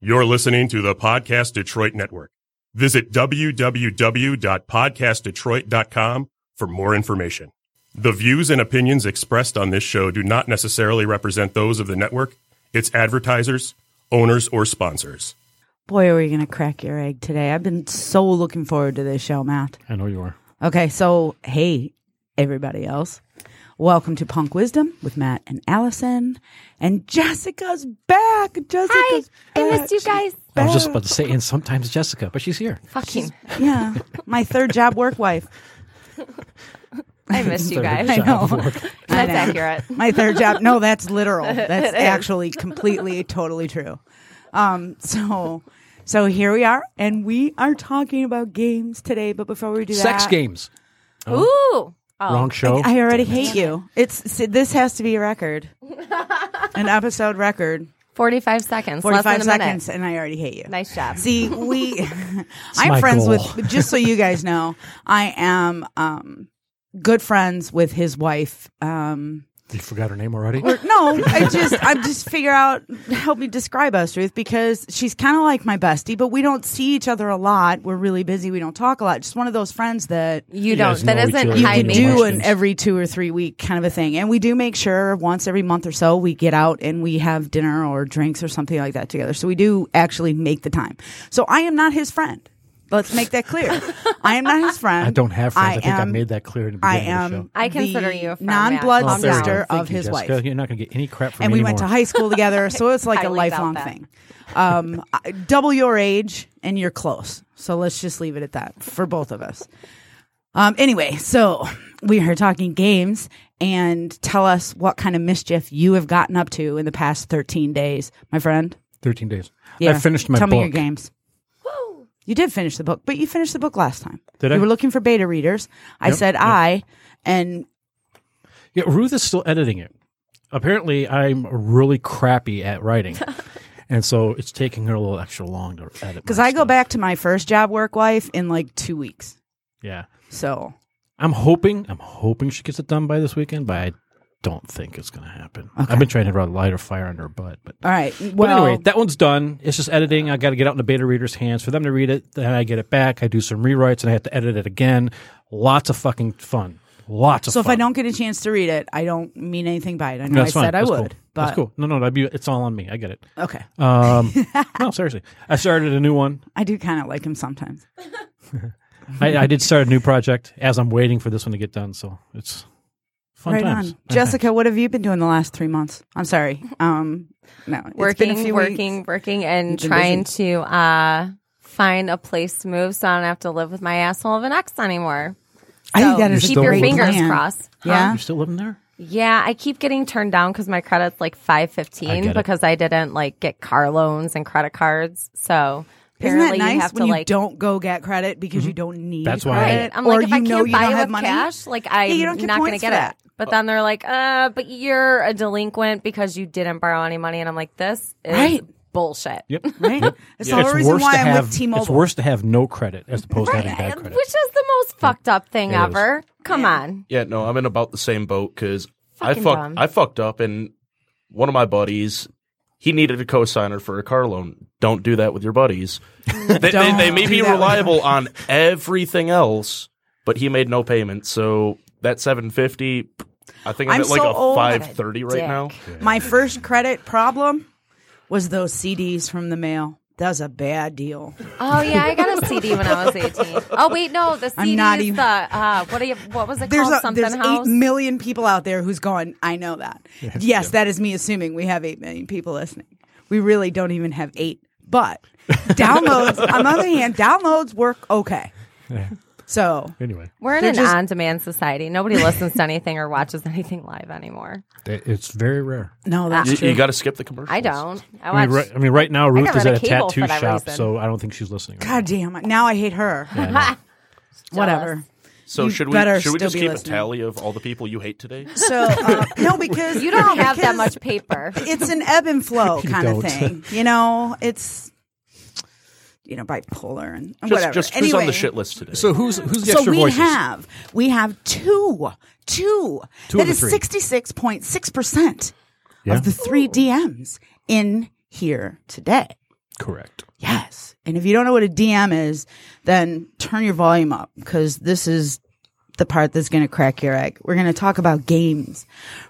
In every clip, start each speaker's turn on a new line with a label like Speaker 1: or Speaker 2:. Speaker 1: You're listening to the Podcast Detroit Network. Visit www.podcastdetroit.com for more information. The views and opinions expressed on this show do not necessarily represent those of the network, its advertisers, owners, or sponsors.
Speaker 2: Boy, are you going to crack your egg today. I've been so looking forward to this show, Matt.
Speaker 3: I know you are.
Speaker 2: Okay, so hey, everybody else. Welcome to Punk Wisdom with Matt and Allison. And Jessica's back. Jessica's
Speaker 4: Hi, I
Speaker 2: back.
Speaker 4: missed you guys.
Speaker 3: I was just about to say, and sometimes Jessica, but she's here.
Speaker 4: Fucking,
Speaker 2: Yeah, my third job work wife.
Speaker 4: I missed you
Speaker 3: Third
Speaker 4: guys.
Speaker 2: I
Speaker 3: job
Speaker 2: know.
Speaker 3: work.
Speaker 2: I
Speaker 4: That's
Speaker 2: know.
Speaker 4: accurate.
Speaker 2: My third job. No, that's literal. That's actually completely, totally true. Um, so, so here we are, and we are talking about games today. But before we do that,
Speaker 3: Sex games.
Speaker 4: Ooh, oh,
Speaker 3: Wrong show.
Speaker 2: I already hate you. It's si- this has to be a record, an episode record,
Speaker 4: 45 seconds. less than
Speaker 2: forty-five
Speaker 4: a
Speaker 2: seconds,
Speaker 4: Minute.
Speaker 2: and I already hate you.
Speaker 4: Nice job.
Speaker 2: See, we. I'm
Speaker 3: my
Speaker 2: friends
Speaker 3: goal.
Speaker 2: with. Just so you guys know, I am um, good friends with his wife. Um,
Speaker 3: you forgot her name already?
Speaker 2: no, I just I just figure out help me describe us, Ruth, because she's kind of like my bestie, but we don't see each other a lot. We're really busy. We don't talk a lot. Just one of those friends that
Speaker 4: you don't.
Speaker 3: guys
Speaker 4: That
Speaker 3: know each
Speaker 4: isn't
Speaker 3: other.
Speaker 2: you
Speaker 4: high
Speaker 2: can
Speaker 3: Hide
Speaker 2: do
Speaker 3: maintenance.
Speaker 2: an every two or three week kind of a thing. And we do make sure once every month or so we get out and we have dinner or drinks or something like that together. So we do actually make the time. So I am not his friend. Let's make that clear. I am not his friend.
Speaker 3: I don't have friends. I, think I
Speaker 2: am-
Speaker 3: made that clear in the
Speaker 2: I
Speaker 3: beginning of the
Speaker 2: am.
Speaker 3: show.
Speaker 4: I consider you a friend, Matt.
Speaker 2: non-blood
Speaker 4: Calm down.
Speaker 2: sister
Speaker 3: Thank
Speaker 2: of
Speaker 3: you,
Speaker 2: his
Speaker 3: Jessica.
Speaker 2: wife
Speaker 3: You're not going to get any crap from
Speaker 2: and
Speaker 3: me
Speaker 2: we went to
Speaker 3: anymore.
Speaker 2: high school together, so it's like
Speaker 4: I
Speaker 2: a
Speaker 4: leave
Speaker 2: lifelong
Speaker 4: out that.
Speaker 2: thing. Um, I- double your age, and you're close. So let's just leave it at that for both of us. Um, anyway, so we are talking games, and tell us what kind of mischief you have gotten up to in the past 13 days, my friend.
Speaker 3: 13 days. I finished my
Speaker 2: Tell
Speaker 3: book.
Speaker 2: me your games. You did finish the book, but you finished the book last time.
Speaker 3: Did
Speaker 2: you
Speaker 3: I?
Speaker 2: were looking for beta readers. I
Speaker 3: Yep,
Speaker 2: said
Speaker 3: yep.
Speaker 2: I, and
Speaker 3: Yeah, Ruth is still editing it. Apparently, I'm really crappy at writing. and so it's taking her a little extra long to edit. my
Speaker 2: because I go
Speaker 3: stuff.
Speaker 2: back to my first job work life in like two weeks.
Speaker 3: Yeah.
Speaker 2: So
Speaker 3: I'm hoping, I'm hoping she gets it done by this weekend, but I don't think it's going to happen. I've been trying to light a lighter fire under her butt, but
Speaker 2: all right.
Speaker 3: But
Speaker 2: well,
Speaker 3: anyway, that one's done. It's just editing. I got to get out in the beta reader's hands for them to read it. Then I get it back. I do some rewrites and I have to edit it again. Lots of fucking fun. Lots of
Speaker 2: So if
Speaker 3: fun.
Speaker 2: I don't get a chance to read it, I don't mean anything by it. I know
Speaker 3: that's
Speaker 2: I
Speaker 3: fine.
Speaker 2: said I
Speaker 3: That's
Speaker 2: would,
Speaker 3: Cool.
Speaker 2: but
Speaker 3: That's cool. No, no, that'd be, it's all on me. I get it.
Speaker 2: okay.
Speaker 3: Um, no, seriously. I started a new one.
Speaker 2: I do kind of like him sometimes.
Speaker 3: I, I did start a new project as I'm waiting for this one to get done. So it's fun
Speaker 2: right
Speaker 3: times.
Speaker 2: on,
Speaker 3: Fun
Speaker 2: Jessica. What have you been doing the last three months? I'm sorry. Um, no, it's been
Speaker 4: Working,
Speaker 2: a few
Speaker 4: working,
Speaker 2: weeks.
Speaker 4: working, and
Speaker 2: You've been
Speaker 4: trying to uh, find a place to move so I don't have to live with my asshole of an ex anymore.
Speaker 2: I think
Speaker 4: So
Speaker 2: that is a
Speaker 3: You're
Speaker 4: keep your
Speaker 2: great
Speaker 4: fingers
Speaker 2: plan.
Speaker 4: crossed. Um,
Speaker 2: Yeah.
Speaker 3: You're still living there?
Speaker 4: Yeah, I keep getting turned down because my credit's like five
Speaker 3: I get
Speaker 4: fifteen
Speaker 3: it.
Speaker 4: because I didn't like get car loans and credit cards. So
Speaker 2: Isn't
Speaker 4: apparently
Speaker 2: that nice
Speaker 4: you have
Speaker 2: when
Speaker 4: to
Speaker 2: you
Speaker 4: like
Speaker 2: don't go get credit because you don't need
Speaker 3: Mm-hmm. That's why I-
Speaker 2: credit,
Speaker 4: Right. I'm
Speaker 2: or
Speaker 4: like, if
Speaker 2: you
Speaker 4: I
Speaker 2: know
Speaker 4: can't
Speaker 2: you
Speaker 4: buy
Speaker 2: don't
Speaker 4: it
Speaker 2: have
Speaker 4: with
Speaker 2: money.
Speaker 4: cash, like
Speaker 2: Yeah,
Speaker 4: I'm
Speaker 2: you don't get
Speaker 4: not going to
Speaker 2: points
Speaker 4: get
Speaker 2: for
Speaker 4: it.
Speaker 2: that.
Speaker 4: But then they're like, uh, but you're a delinquent because you didn't borrow any money. And I'm like, this is
Speaker 2: Right.
Speaker 4: bullshit.
Speaker 3: Yep.
Speaker 2: Right? It's the whole
Speaker 3: It's
Speaker 2: reason
Speaker 3: worse
Speaker 2: why
Speaker 3: to
Speaker 2: I'm
Speaker 3: have,
Speaker 2: with
Speaker 3: It's
Speaker 2: T-Mobile.
Speaker 3: worse to have no credit as opposed to having bad
Speaker 4: Which
Speaker 3: credit.
Speaker 4: is the most fucked up thing
Speaker 3: It is.
Speaker 4: ever. Come on.
Speaker 5: Yeah, no, I'm in about the same boat because I
Speaker 4: Fucking
Speaker 5: fucked
Speaker 4: dumb.
Speaker 5: I fucked up, and one of my buddies he needed a cosigner for a car loan. Don't do that with your buddies. they, they, they may
Speaker 2: do
Speaker 5: be
Speaker 2: that with-
Speaker 5: reliable on everything else, but he made no payment, so that 750. I think I'm,
Speaker 2: I'm
Speaker 5: at like
Speaker 2: so
Speaker 5: a
Speaker 2: old.
Speaker 5: 530 right
Speaker 4: Dick.
Speaker 5: now.
Speaker 2: My first credit problem was those CDs from the mail. That's a bad deal.
Speaker 4: Oh yeah, I got a CD when I was 18. Oh wait, no, the CD
Speaker 2: I'm not
Speaker 4: is
Speaker 2: even-
Speaker 4: the uh, what? Are you, what was it
Speaker 2: there's
Speaker 4: called?
Speaker 2: a,
Speaker 4: Something
Speaker 2: there's
Speaker 4: house.
Speaker 2: eight million people out there who's gone. I know that. yes, that is me assuming we have eight million people listening. We really don't even have eight, but downloads. on the other hand, downloads work okay. So
Speaker 3: anyway,
Speaker 4: We're in
Speaker 2: They're
Speaker 4: an
Speaker 2: just-
Speaker 4: on-demand society. Nobody listens to anything or watches anything live anymore.
Speaker 3: it- it's very rare.
Speaker 2: no, that's
Speaker 5: You,
Speaker 2: true.
Speaker 5: you got to skip the commercials.
Speaker 4: I don't. I
Speaker 3: I
Speaker 4: watch.
Speaker 3: mean, right, I mean, right now Ruth
Speaker 4: got
Speaker 3: is
Speaker 4: rid
Speaker 3: at
Speaker 4: of
Speaker 3: a
Speaker 4: cable
Speaker 3: tattoo
Speaker 4: for that
Speaker 3: shop,
Speaker 4: reason.
Speaker 3: so I don't think she's listening. right
Speaker 2: God damn it! Now I hate her. Whatever.
Speaker 5: So
Speaker 2: You
Speaker 5: should
Speaker 2: better
Speaker 5: we should we
Speaker 2: still
Speaker 5: just
Speaker 2: be
Speaker 5: keep
Speaker 2: listening.
Speaker 5: a tally of all the people you hate today?
Speaker 2: So uh, no, because
Speaker 4: You don't
Speaker 2: no,
Speaker 4: have that
Speaker 2: because
Speaker 4: much paper.
Speaker 2: It's an ebb and flow kind of
Speaker 3: don't.
Speaker 2: thing. You know, it's you know bipolar and
Speaker 5: Just,
Speaker 2: whatever.
Speaker 5: just who's
Speaker 2: anyway,
Speaker 5: on the shit list today?
Speaker 3: So who's who's the
Speaker 2: so
Speaker 3: extra
Speaker 2: we
Speaker 3: voices?
Speaker 2: have we have two two,
Speaker 3: Two
Speaker 2: that
Speaker 3: of the
Speaker 2: is
Speaker 3: three.
Speaker 2: 66.6%
Speaker 3: Yeah.
Speaker 2: of the three dms in here today
Speaker 3: Correct.
Speaker 2: Yes. And if you don't know what a DM is, then turn your volume up because this is the part that's going to crack your egg. We're going to talk about games.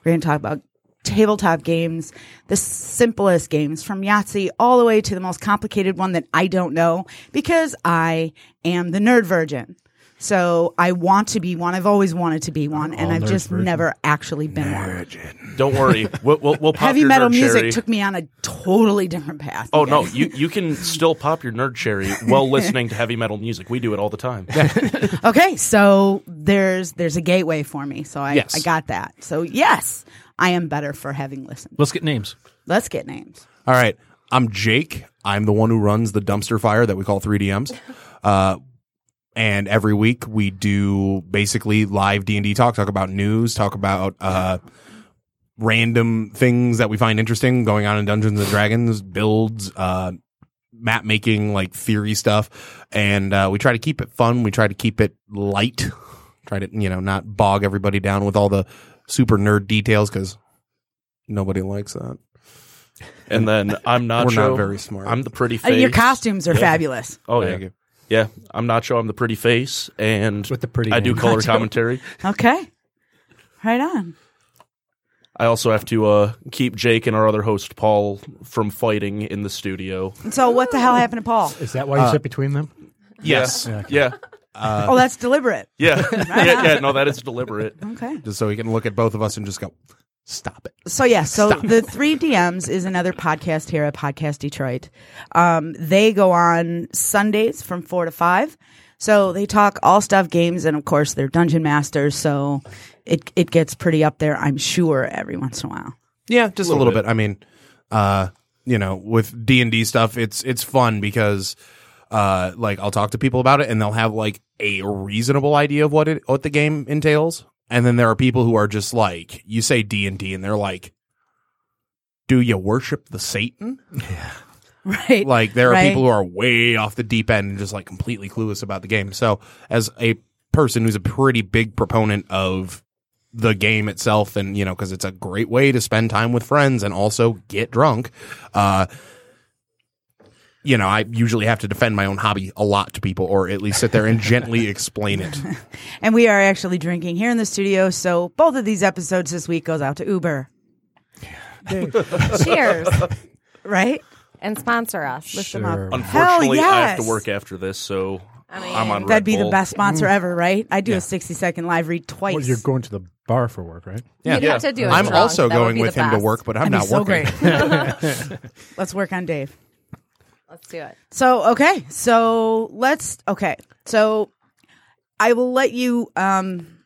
Speaker 2: We're going to talk about tabletop games, the simplest games from Yahtzee all the way to the most complicated one that I don't know because I am the nerd virgin. So I want to be one. I've always wanted to be one, and I've
Speaker 3: nerd
Speaker 2: just
Speaker 3: virgin.
Speaker 2: never actually been one.
Speaker 5: Don't worry, we'll, we'll, we'll pop
Speaker 2: Heavy
Speaker 5: your
Speaker 2: metal
Speaker 5: nerd
Speaker 2: music
Speaker 5: cherry.
Speaker 2: took me on a totally different path.
Speaker 5: Oh
Speaker 2: you
Speaker 5: no,
Speaker 2: guys.
Speaker 5: you you can still pop your nerd cherry while listening to heavy metal music. We do it all the time.
Speaker 2: Okay, so there's there's a gateway for me. So I,
Speaker 3: Yes.
Speaker 2: I got that. So yes, I am better for having listened.
Speaker 3: Let's get names.
Speaker 2: Let's get names.
Speaker 6: All right. I'm Jake. I'm the one who runs the dumpster fire that we call 3DMs. Uh, and every week we do basically live D&D talk, talk about news, talk about uh, random things that we find interesting going on in Dungeons and Dragons, builds, uh, map making, like theory stuff. And uh, we try to keep it fun. We try to keep it light. Try to, you know, not bog everybody down with all the super nerd details because nobody likes that.
Speaker 5: And then I'm Nacho.
Speaker 6: We're not very smart.
Speaker 5: I'm the pretty
Speaker 2: And
Speaker 5: face.
Speaker 2: Uh, your costumes are fabulous.
Speaker 5: Oh
Speaker 6: Thank
Speaker 5: yeah,
Speaker 6: you.
Speaker 5: yeah. I'm Nacho. I'm the pretty face, and
Speaker 3: With the pretty
Speaker 5: I do
Speaker 3: name.
Speaker 5: color
Speaker 2: Nacho.
Speaker 5: commentary.
Speaker 2: Okay. Right on.
Speaker 5: I also have to uh, keep Jake and our other host Paul from fighting in the studio.
Speaker 2: So what the hell happened to Paul?
Speaker 3: Is that why you sit between them?
Speaker 5: Yes. Yeah. Yeah.
Speaker 2: Oh, that's deliberate.
Speaker 5: Yeah. yeah. yeah, No, that is deliberate.
Speaker 2: Okay.
Speaker 6: just so he can look at both of us and just go, stop it.
Speaker 2: So yeah, so the three DMs is another podcast here at Podcast Detroit. Um, they go on Sundays from four to five. So they talk all stuff games, and of course they're dungeon masters. So it it gets pretty up there, I'm sure, every once in a while.
Speaker 6: Yeah, just a little, bit. I mean, uh, you know, with D and D stuff, it's it's fun because, uh, like I'll talk to people about it and they'll have like a reasonable idea of what it what the game entails, and then there are people who are just like, you say D and D, and they're like. Do you worship the Satan?
Speaker 2: Right?
Speaker 6: Like there are
Speaker 2: Right.
Speaker 6: people who are way off the deep end and just like completely clueless about the game. So as a person who's a pretty big proponent of the game itself and you know because it's a great way to spend time with friends and also get drunk uh you know i usually have to defend my own hobby a lot to people or at least sit there and gently explain it
Speaker 2: and we are actually drinking here in the studio. So both of these episodes this week goes out to Uber.
Speaker 4: Cheers.
Speaker 2: Right?
Speaker 4: and sponsor us.
Speaker 2: Lift them up.
Speaker 5: Unfortunately,
Speaker 2: Hell
Speaker 5: I have to
Speaker 2: yes.
Speaker 5: work after this, so I
Speaker 4: mean-
Speaker 5: am on.
Speaker 2: That'd
Speaker 5: Red
Speaker 2: be the
Speaker 5: Bull.
Speaker 2: best sponsor ever, right? I do a sixty second live read twice.
Speaker 3: Well, you're going to the bar for work, right?
Speaker 4: You'd have to do it
Speaker 6: i'm
Speaker 4: drunk.
Speaker 6: also
Speaker 4: That would
Speaker 6: going
Speaker 4: be
Speaker 6: with
Speaker 4: the
Speaker 6: him to
Speaker 4: best.
Speaker 6: work but i'm
Speaker 2: That'd
Speaker 6: not
Speaker 2: be so
Speaker 6: working
Speaker 2: great. Let's work on Dave.
Speaker 4: Let's do it.
Speaker 2: So okay, so let's okay. So I will let you, um,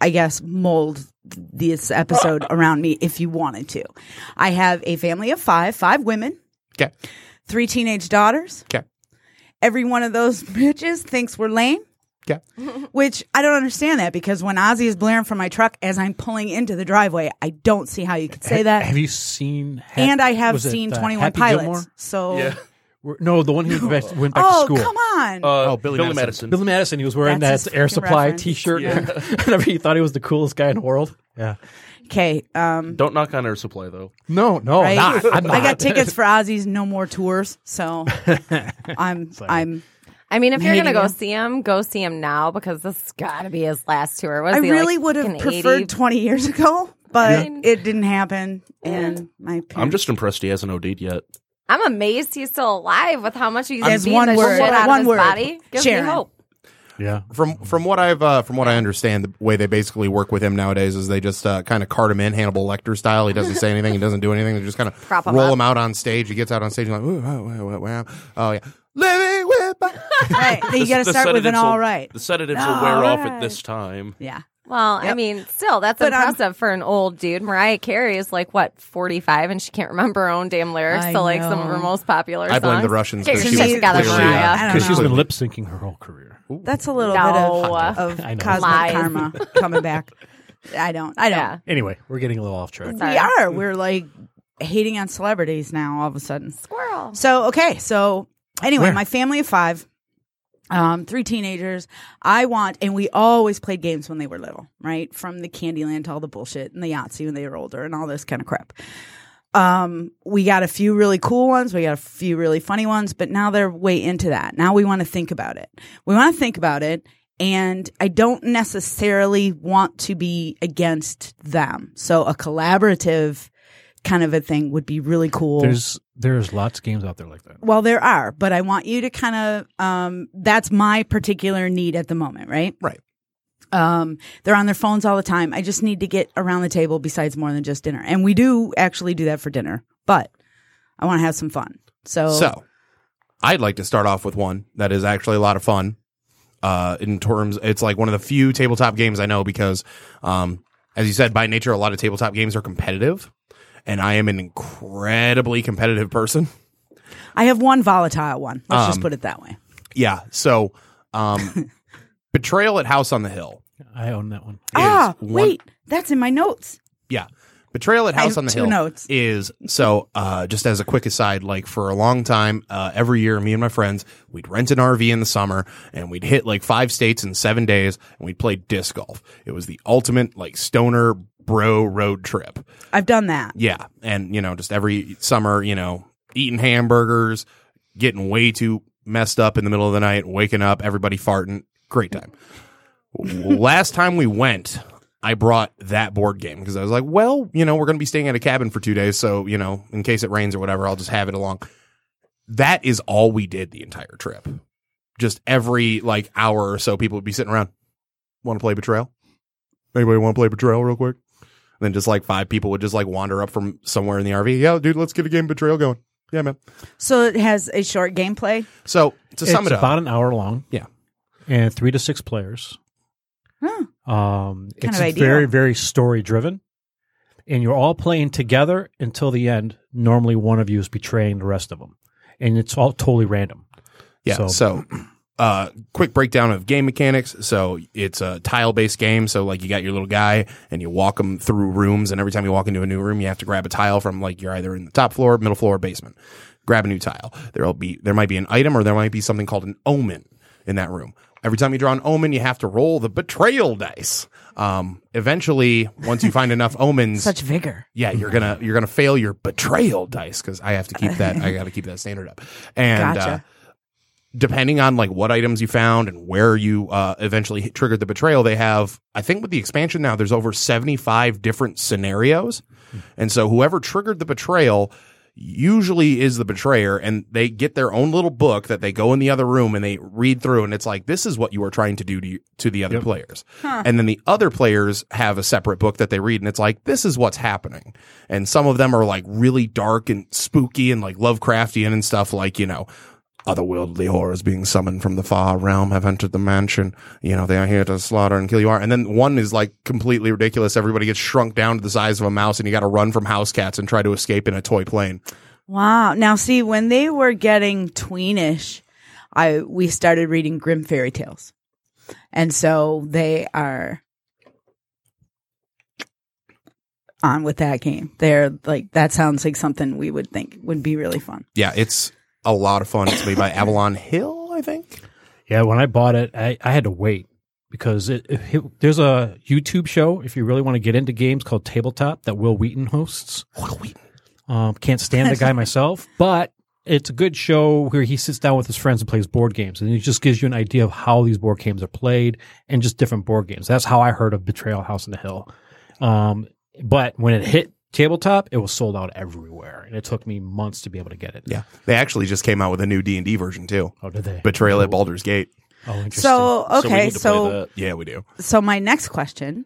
Speaker 2: I guess, mold this episode around me if you wanted to. I have a family of five, five women,
Speaker 6: okay
Speaker 2: three teenage daughters.
Speaker 6: okay
Speaker 2: Every one of those bitches thinks we're lame.
Speaker 6: okay
Speaker 2: Which I don't understand that because when Ozzy is blaring from my truck as I'm pulling into the driveway, I don't see how you could say that.
Speaker 3: Have you seen? Ha-
Speaker 2: and I have
Speaker 3: was it,
Speaker 2: seen
Speaker 3: uh,
Speaker 2: 21
Speaker 3: Happy
Speaker 2: Pilots.
Speaker 3: Gilmore?
Speaker 2: So,
Speaker 5: Yeah.
Speaker 3: Where- No, the one who went back, went back
Speaker 2: oh,
Speaker 3: to school.
Speaker 2: come on.
Speaker 5: Uh,
Speaker 6: Oh, Billy
Speaker 5: Billy,
Speaker 6: Madison.
Speaker 5: Madison.
Speaker 3: Billy Madison, he was wearing
Speaker 2: That's
Speaker 3: that
Speaker 2: his
Speaker 3: air
Speaker 2: fucking
Speaker 3: supply
Speaker 2: reference.
Speaker 3: T-shirt. Whenever he thought he was the coolest guy in the world. Yeah.
Speaker 2: Okay. Um,
Speaker 5: Don't knock on air supply though.
Speaker 3: No, no,
Speaker 2: right?
Speaker 3: not. I'm
Speaker 2: I
Speaker 3: not.
Speaker 2: got tickets for Ozzy's No More Tours. So I'm, I'm,
Speaker 4: I mean, if you're
Speaker 2: Hating
Speaker 4: gonna go
Speaker 2: you.
Speaker 4: see him, go see him now because this has got to be his last tour. Was
Speaker 2: I
Speaker 4: he
Speaker 2: really
Speaker 4: like,
Speaker 2: would have
Speaker 4: fucking
Speaker 2: preferred
Speaker 4: 80?
Speaker 2: 20 years ago, but
Speaker 4: Yeah.
Speaker 2: it didn't happen. And my parents.
Speaker 5: I'm just impressed he hasn't OD'd yet.
Speaker 4: I'm amazed he's still alive with how much he's
Speaker 2: As
Speaker 4: beating
Speaker 2: one
Speaker 4: the
Speaker 2: word-
Speaker 4: shit out
Speaker 2: one
Speaker 4: of his
Speaker 2: word.
Speaker 4: body. Gives
Speaker 2: Sharon.
Speaker 4: me hope.
Speaker 3: yeah.
Speaker 6: from from what I've uh, from what I understand, the way they basically work with him nowadays is they just uh, kind of cart him in Hannibal Lecter style. He doesn't say anything. He doesn't do anything. They just kind of
Speaker 4: Prop him
Speaker 6: roll
Speaker 4: up.
Speaker 6: him out on stage. He gets out on stage and like, Ooh, wow, wow, wow, wow. oh yeah, living with. my-"
Speaker 2: right. You got to
Speaker 5: The
Speaker 2: start with an
Speaker 5: sedatives will-
Speaker 2: all right.
Speaker 5: The sedatives
Speaker 2: No,
Speaker 5: will wear off
Speaker 2: alright.
Speaker 5: at this time.
Speaker 2: Yeah.
Speaker 4: Well, I
Speaker 2: Yep.
Speaker 4: mean, still that's
Speaker 2: But, um,
Speaker 4: impressive for an old dude. Mariah Carey is like what 45, and she can't remember her own damn lyrics
Speaker 2: I
Speaker 4: to like some of her
Speaker 2: know.
Speaker 4: most popular.
Speaker 6: I blame the
Speaker 4: songs.
Speaker 6: Russians
Speaker 4: Get
Speaker 6: 'cause
Speaker 4: your
Speaker 2: she
Speaker 4: shit
Speaker 2: was
Speaker 4: together,
Speaker 2: clearly, uh,
Speaker 4: Mariah.
Speaker 2: I don't
Speaker 3: Because she's
Speaker 2: know.
Speaker 3: been lip syncing her whole career.
Speaker 2: That's a little
Speaker 4: No.
Speaker 2: bit of,
Speaker 3: I
Speaker 2: of
Speaker 3: know.
Speaker 2: cosmic
Speaker 4: Lies.
Speaker 2: karma coming back. I don't. I don't.
Speaker 4: Yeah.
Speaker 3: Anyway, we're getting a little off track.
Speaker 4: Sorry.
Speaker 2: We are. We're like hating on celebrities now all of a sudden.
Speaker 4: Squirrel.
Speaker 2: So okay, so anyway,
Speaker 3: Where?
Speaker 2: my family of five, um, three teenagers. I want, and we always played games when they were little, right? From the Candyland to all the bullshit and the Yahtzee when they were older and all this kind of crap. um, we got a few really cool ones, we got a few really funny ones, but now they're way into that. Now we want to think about it. We want to think about it, and I don't necessarily want to be against them. So a collaborative kind of a thing would be really cool.
Speaker 3: There's there's lots of games out there like that.
Speaker 2: well, there are, but I want you to kind of, um, that's my particular need at the moment, right?
Speaker 6: Right.
Speaker 2: Um, they're on their phones all the time. I just need to get around the table besides more than just dinner. And we do actually do that for dinner, but I want to have some fun. So,
Speaker 6: So, I'd like to start off with one that is actually a lot of fun. Uh, in terms, it's like one of the few tabletop games I know because, um, as you said, by nature, a lot of tabletop games are competitive, and I am an incredibly competitive person.
Speaker 2: I have one volatile one. Let's
Speaker 6: Um,
Speaker 2: just put it that way.
Speaker 6: Yeah. So, um, Betrayal at House on the Hill.
Speaker 3: I own that one.
Speaker 2: Ah,
Speaker 6: one-
Speaker 2: wait, that's in my notes.
Speaker 6: Yeah. Betrayal at
Speaker 2: I
Speaker 6: House
Speaker 2: have
Speaker 6: on the
Speaker 2: two
Speaker 6: Hill
Speaker 2: notes.
Speaker 6: is so uh, just as a quick aside, like for a long time, uh, every year me and my friends, we'd rent an RV in the summer and we'd hit like five states in seven days and we'd play disc golf. It was the ultimate like stoner bro road trip.
Speaker 2: I've done that.
Speaker 6: Yeah. And, you know, just every summer, you know, eating hamburgers, getting way too messed up in the middle of the night, waking up, everybody farting. Great time. Last time we went, I brought that board game because I was like, well, you know, we're going to be staying at a cabin for two days. So, you know, in case it rains or whatever, I'll just have it along. That is all we did the entire trip. Just every like hour or so, people would be sitting around. Want to play Betrayal? Anybody want to play Betrayal real quick? And then just like five people would just like wander up from somewhere in the RV. Yeah, dude, let's get a game of Betrayal going. Yeah, man.
Speaker 2: So it has a short gameplay.
Speaker 6: So to
Speaker 3: it's
Speaker 6: sum it up,
Speaker 3: about an hour long.
Speaker 6: Yeah.
Speaker 3: and three to six players.
Speaker 2: Huh.
Speaker 3: Um,
Speaker 2: Hmm. Kind
Speaker 3: it's
Speaker 2: of ideal.
Speaker 3: very very story driven, and you're all playing together until the end. Normally, one of you is betraying the rest of them, and it's all totally random.
Speaker 6: Yeah. So,
Speaker 3: So-
Speaker 6: uh, quick breakdown of game mechanics. So it's a tile based game. So like you got your little guy and you walk him through rooms, and every time you walk into a new room, you have to grab a tile from like you're either in the top floor, middle floor, or basement. Grab a new tile. There'll be there might be an item or there might be something called an omen in that room. Every time you draw an omen, you have to roll the betrayal dice. Um, eventually, once you find enough omens,
Speaker 2: Such vigor.
Speaker 6: yeah, you're gonna you're gonna fail your betrayal dice because I have to keep that I got to keep that standard up. And uh,
Speaker 2: Gotcha.
Speaker 6: depending on like what items you found and where you uh, eventually hit- triggered the betrayal, they have I think with the expansion now there's over seventy five different scenarios, and so whoever triggered the betrayal usually is the betrayer and they get their own little book that they go in the other room and they read through and it's like this is what you were trying to do to, you, to the other players and then the other players have a separate book that they read and it's like this is what's happening and some of them are like really dark and spooky and like lovecraftian and stuff like you know otherworldly horrors being summoned from the far realm have entered the mansion you know they are here to slaughter and kill you are and then one is like completely ridiculous everybody gets shrunk down to the size of a mouse and you got to run from house cats and try to escape in a toy plane
Speaker 2: Wow. Now, see, when they were getting tweenish, I we started reading Grim fairy tales, and so they are on with that game. They're like that sounds like something we would think would be really fun.
Speaker 6: yeah it's a lot of fun it's made by avalon hill i think
Speaker 3: Yeah, when I bought it, I, I had to wait because it, it- it- there's a YouTube show if you really want to get into games called Tabletop that Will Wheaton hosts. Um, can't stand the guy myself, but it's a good show where he sits down with his friends and plays board games, and it just gives you an idea of how these board games are played and just different board games. That's how I heard of Betrayal House on the Hill. Um, but when it hit tabletop, it was sold out everywhere, and it took me months to be able to get it.
Speaker 6: yeah they actually just came out with a new d&d version too
Speaker 3: Oh, did they?
Speaker 6: betrayal at baldur's gate
Speaker 3: oh, interesting.
Speaker 2: So
Speaker 5: we
Speaker 2: okay,
Speaker 5: need to play
Speaker 2: so
Speaker 5: that.
Speaker 6: yeah we do
Speaker 2: so my next question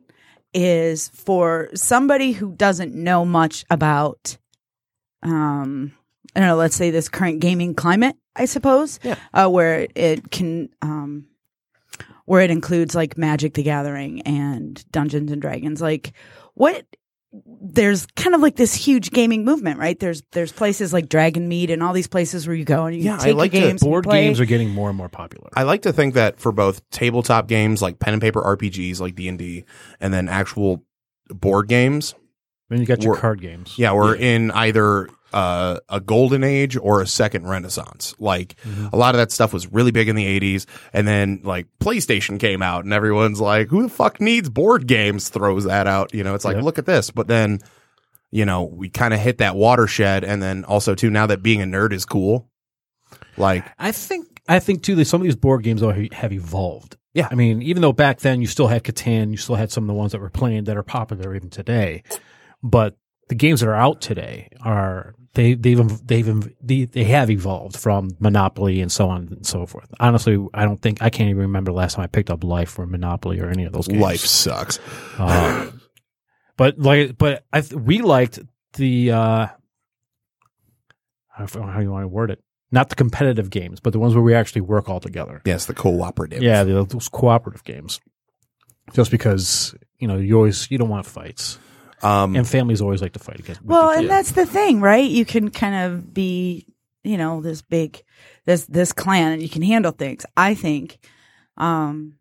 Speaker 2: is for somebody who doesn't know much about um i don't know let's say this current gaming climate i suppose
Speaker 6: Yeah.
Speaker 2: uh, where it can um where it includes like magic the gathering and dungeons and dragons like what there's kind of like this huge gaming movement right there's there's places like dragon mead and all these places where you go and you
Speaker 6: Yeah, I
Speaker 2: take your
Speaker 6: like to-
Speaker 2: games and
Speaker 3: board
Speaker 2: play.
Speaker 3: games are getting more and more popular.
Speaker 6: I like to think that for both tabletop games like pen and paper RPGs like D&D and then actual board games,
Speaker 3: Then you got your
Speaker 6: We're-
Speaker 3: card games.
Speaker 6: yeah, we're in either uh, a golden age or a second renaissance. Like a lot of that stuff was really big in the 80s and then like PlayStation came out and everyone's like who the fuck needs board games throws that out, you know. It's like
Speaker 3: Yeah.
Speaker 6: look at this, but then you know, we kind of hit that watershed. And then also too, now that being a nerd is cool, like
Speaker 3: I think I think too that some of these board games though have evolved.
Speaker 6: Yeah.
Speaker 3: I mean, even though back then you still had Catan, you still had some of the ones that were playing that are popular even today, but the games that are out today are they they've ev- they've ev- they, they have evolved from Monopoly and so on and so forth. Honestly, I don't think I can't even remember the last time I picked up Life or Monopoly or any of those games.
Speaker 6: life sucks.
Speaker 3: Uh, but like, but I th- we liked the uh, I don't know how you want to word it. Not the competitive games, but the ones where we actually work all together.
Speaker 6: Yes, the cooperative.
Speaker 3: Yeah, the, those cooperative games. Just because you know you always you don't want fights,
Speaker 6: Um,
Speaker 3: and families always like to fight against.
Speaker 2: Well, and that's the thing, right? You can kind of be, you know, this big, this this clan, and you can handle things. I think, um,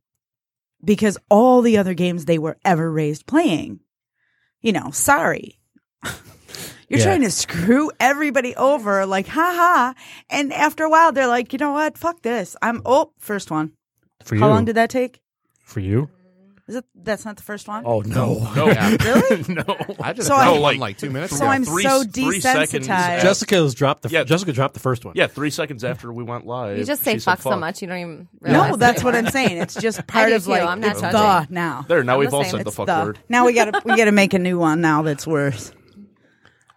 Speaker 2: because all the other games they were ever raised playing, you know, sorry. You're
Speaker 3: Yeah.
Speaker 2: trying to screw everybody over, like, haha. And after a while, they're like, you know what? Fuck this. I'm, oh, first one.
Speaker 3: for you,
Speaker 2: How long did that take?
Speaker 3: for you?
Speaker 2: Is it, that's not the first one?
Speaker 3: Oh no!
Speaker 5: No,
Speaker 2: Really?
Speaker 5: no.
Speaker 6: I just
Speaker 2: So
Speaker 6: had
Speaker 2: I-
Speaker 6: that one,
Speaker 5: like,
Speaker 6: like two minutes.
Speaker 2: Oh, so
Speaker 6: ago.
Speaker 2: I'm
Speaker 5: three-
Speaker 2: so
Speaker 5: three seconds
Speaker 2: desensitized.
Speaker 5: after-
Speaker 3: Jessica's dropped the
Speaker 5: Yeah.
Speaker 3: Jessica dropped the first one.
Speaker 5: Yeah, three seconds after we went live,
Speaker 4: You just
Speaker 5: she
Speaker 4: say
Speaker 5: said,
Speaker 4: fuck, so much you don't even realize.
Speaker 2: No, that's what I'm saying. It's just part
Speaker 4: do
Speaker 2: of
Speaker 4: too.
Speaker 2: like
Speaker 4: I'm not
Speaker 2: it's
Speaker 4: judging.
Speaker 2: the now.
Speaker 5: There, now
Speaker 4: I'm
Speaker 5: we've
Speaker 4: the
Speaker 5: all
Speaker 4: same.
Speaker 5: said the
Speaker 4: It's
Speaker 5: fuck
Speaker 2: The-
Speaker 5: word.
Speaker 2: Now we gotta we gotta make a new one now that's worse.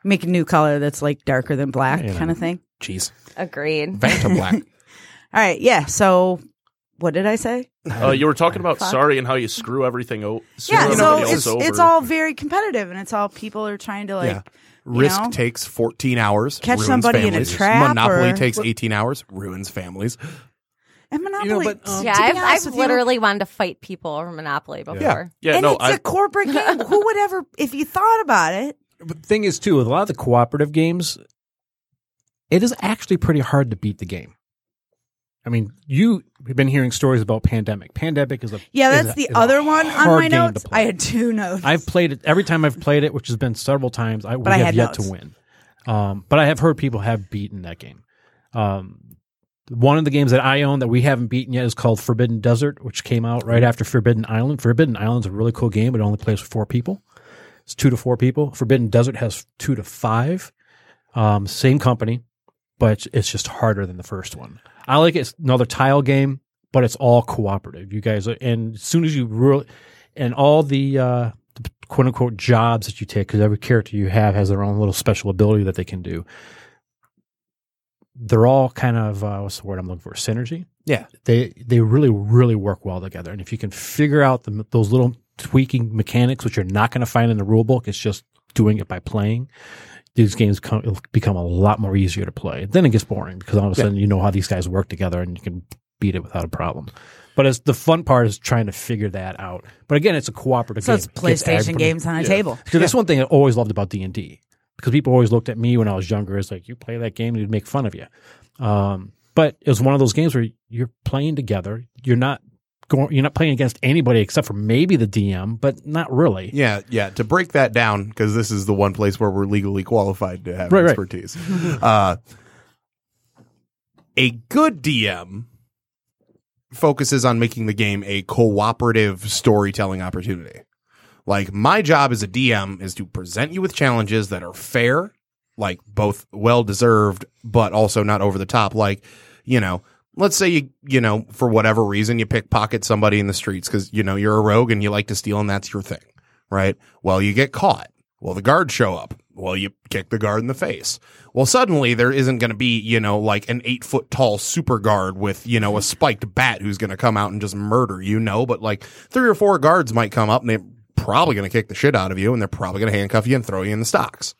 Speaker 2: Make a new color that's like darker than black
Speaker 3: You know.
Speaker 2: kind of thing.
Speaker 6: Jeez,
Speaker 4: Agreed.
Speaker 6: Phantom Black.
Speaker 2: All right, yeah. So what did I say?
Speaker 5: Uh, you were talking about sorry and how you screw everything o- screw
Speaker 2: Yeah, so
Speaker 5: everybody else
Speaker 2: it's
Speaker 5: over.
Speaker 2: it's all very competitive and it's all people are trying to like
Speaker 6: yeah. Risk
Speaker 2: know?
Speaker 6: takes 14 hours.
Speaker 2: Catch
Speaker 6: ruins
Speaker 2: somebody in a
Speaker 6: families.
Speaker 2: trap
Speaker 6: Monopoly
Speaker 2: or-
Speaker 6: takes 18 hours. Ruins families.
Speaker 2: and Monopoly.
Speaker 6: but, um,
Speaker 4: Yeah,
Speaker 2: to be
Speaker 4: I've,
Speaker 2: honest
Speaker 4: I've
Speaker 2: with you-
Speaker 4: literally wanted to fight people over Monopoly before.
Speaker 5: yeah,
Speaker 2: and
Speaker 5: no,
Speaker 2: it's
Speaker 5: I,
Speaker 2: a corporate game. Who would ever if you thought about it?
Speaker 3: But the thing is, too, with a lot of the cooperative games, it is actually pretty hard to beat the game. I mean, you have been hearing stories about Pandemic. Pandemic is a
Speaker 2: Yeah,
Speaker 3: is
Speaker 2: that's
Speaker 3: a-
Speaker 2: the
Speaker 3: is a
Speaker 2: other one on
Speaker 3: hard
Speaker 2: my
Speaker 3: game to
Speaker 2: notes.
Speaker 3: play.
Speaker 2: I had two notes.
Speaker 3: I've played it every time I've played it, which has been several times. I, we
Speaker 2: I
Speaker 3: have
Speaker 2: had
Speaker 3: yet
Speaker 2: notes.
Speaker 3: to win, um, but I have heard people have beaten that game. Um, one of the games that I own that we haven't beaten yet is called Forbidden Desert, which came out right after Forbidden Island. Forbidden Island's a really cool game, but it only plays for four people. It's two to four people. Forbidden Desert has two to five. Um, same company, but it's- it's just harder than the first one. I like it. It's another tile game, but it's all cooperative. You guys, are, and as soon as you rule, and all the, uh, the quote unquote jobs that you take, because every character you have has their own little special ability that they can do. They're all kind of uh, what's the word I'm looking for? Synergy.
Speaker 6: Yeah.
Speaker 3: they they really really work well together. And if you can figure out the, those little tweaking mechanics, which you're not going to find in the rule book, it's just doing it by playing. These games come, it'll become a lot more easier to play. Then it gets boring because all of a sudden you know how these guys work together and you can beat it without a problem. But it's, the fun part is trying to figure that out. But again, it's a cooperative
Speaker 2: so
Speaker 3: game.
Speaker 2: it's PlayStation games on a table.
Speaker 3: Because that's one thing I always loved about D and D. Because people always looked at me when I was younger as like, you play that game, they'd make fun of you. Um, but it was one of those games where you're playing together. You're not going. You're not playing against anybody except for maybe the DM, but not really.
Speaker 6: Yeah, yeah. To break that down, because this is the one place where we're legally qualified to have
Speaker 3: Right, right.
Speaker 6: expertise. uh, a good DM focuses on making the game a cooperative storytelling opportunity. Like my job as a DM is to present you with challenges that are fair, like both well deserved, but also not over the top. Like, you know, let's say you, you know, for whatever reason, you pickpocket somebody in the streets because, you know, you're a rogue and you like to steal and that's your thing, right? Well, you get caught. Well, the guards show up. Well, you kick the guard in the face. Well, suddenly there isn't going to be, you know, like an eight foot tall super guard with, you know, a spiked bat who's going to come out and just murder you. No, but like three or four guards might come up and they're probably going to kick the shit out of you and they're probably going to handcuff you and throw you in the stocks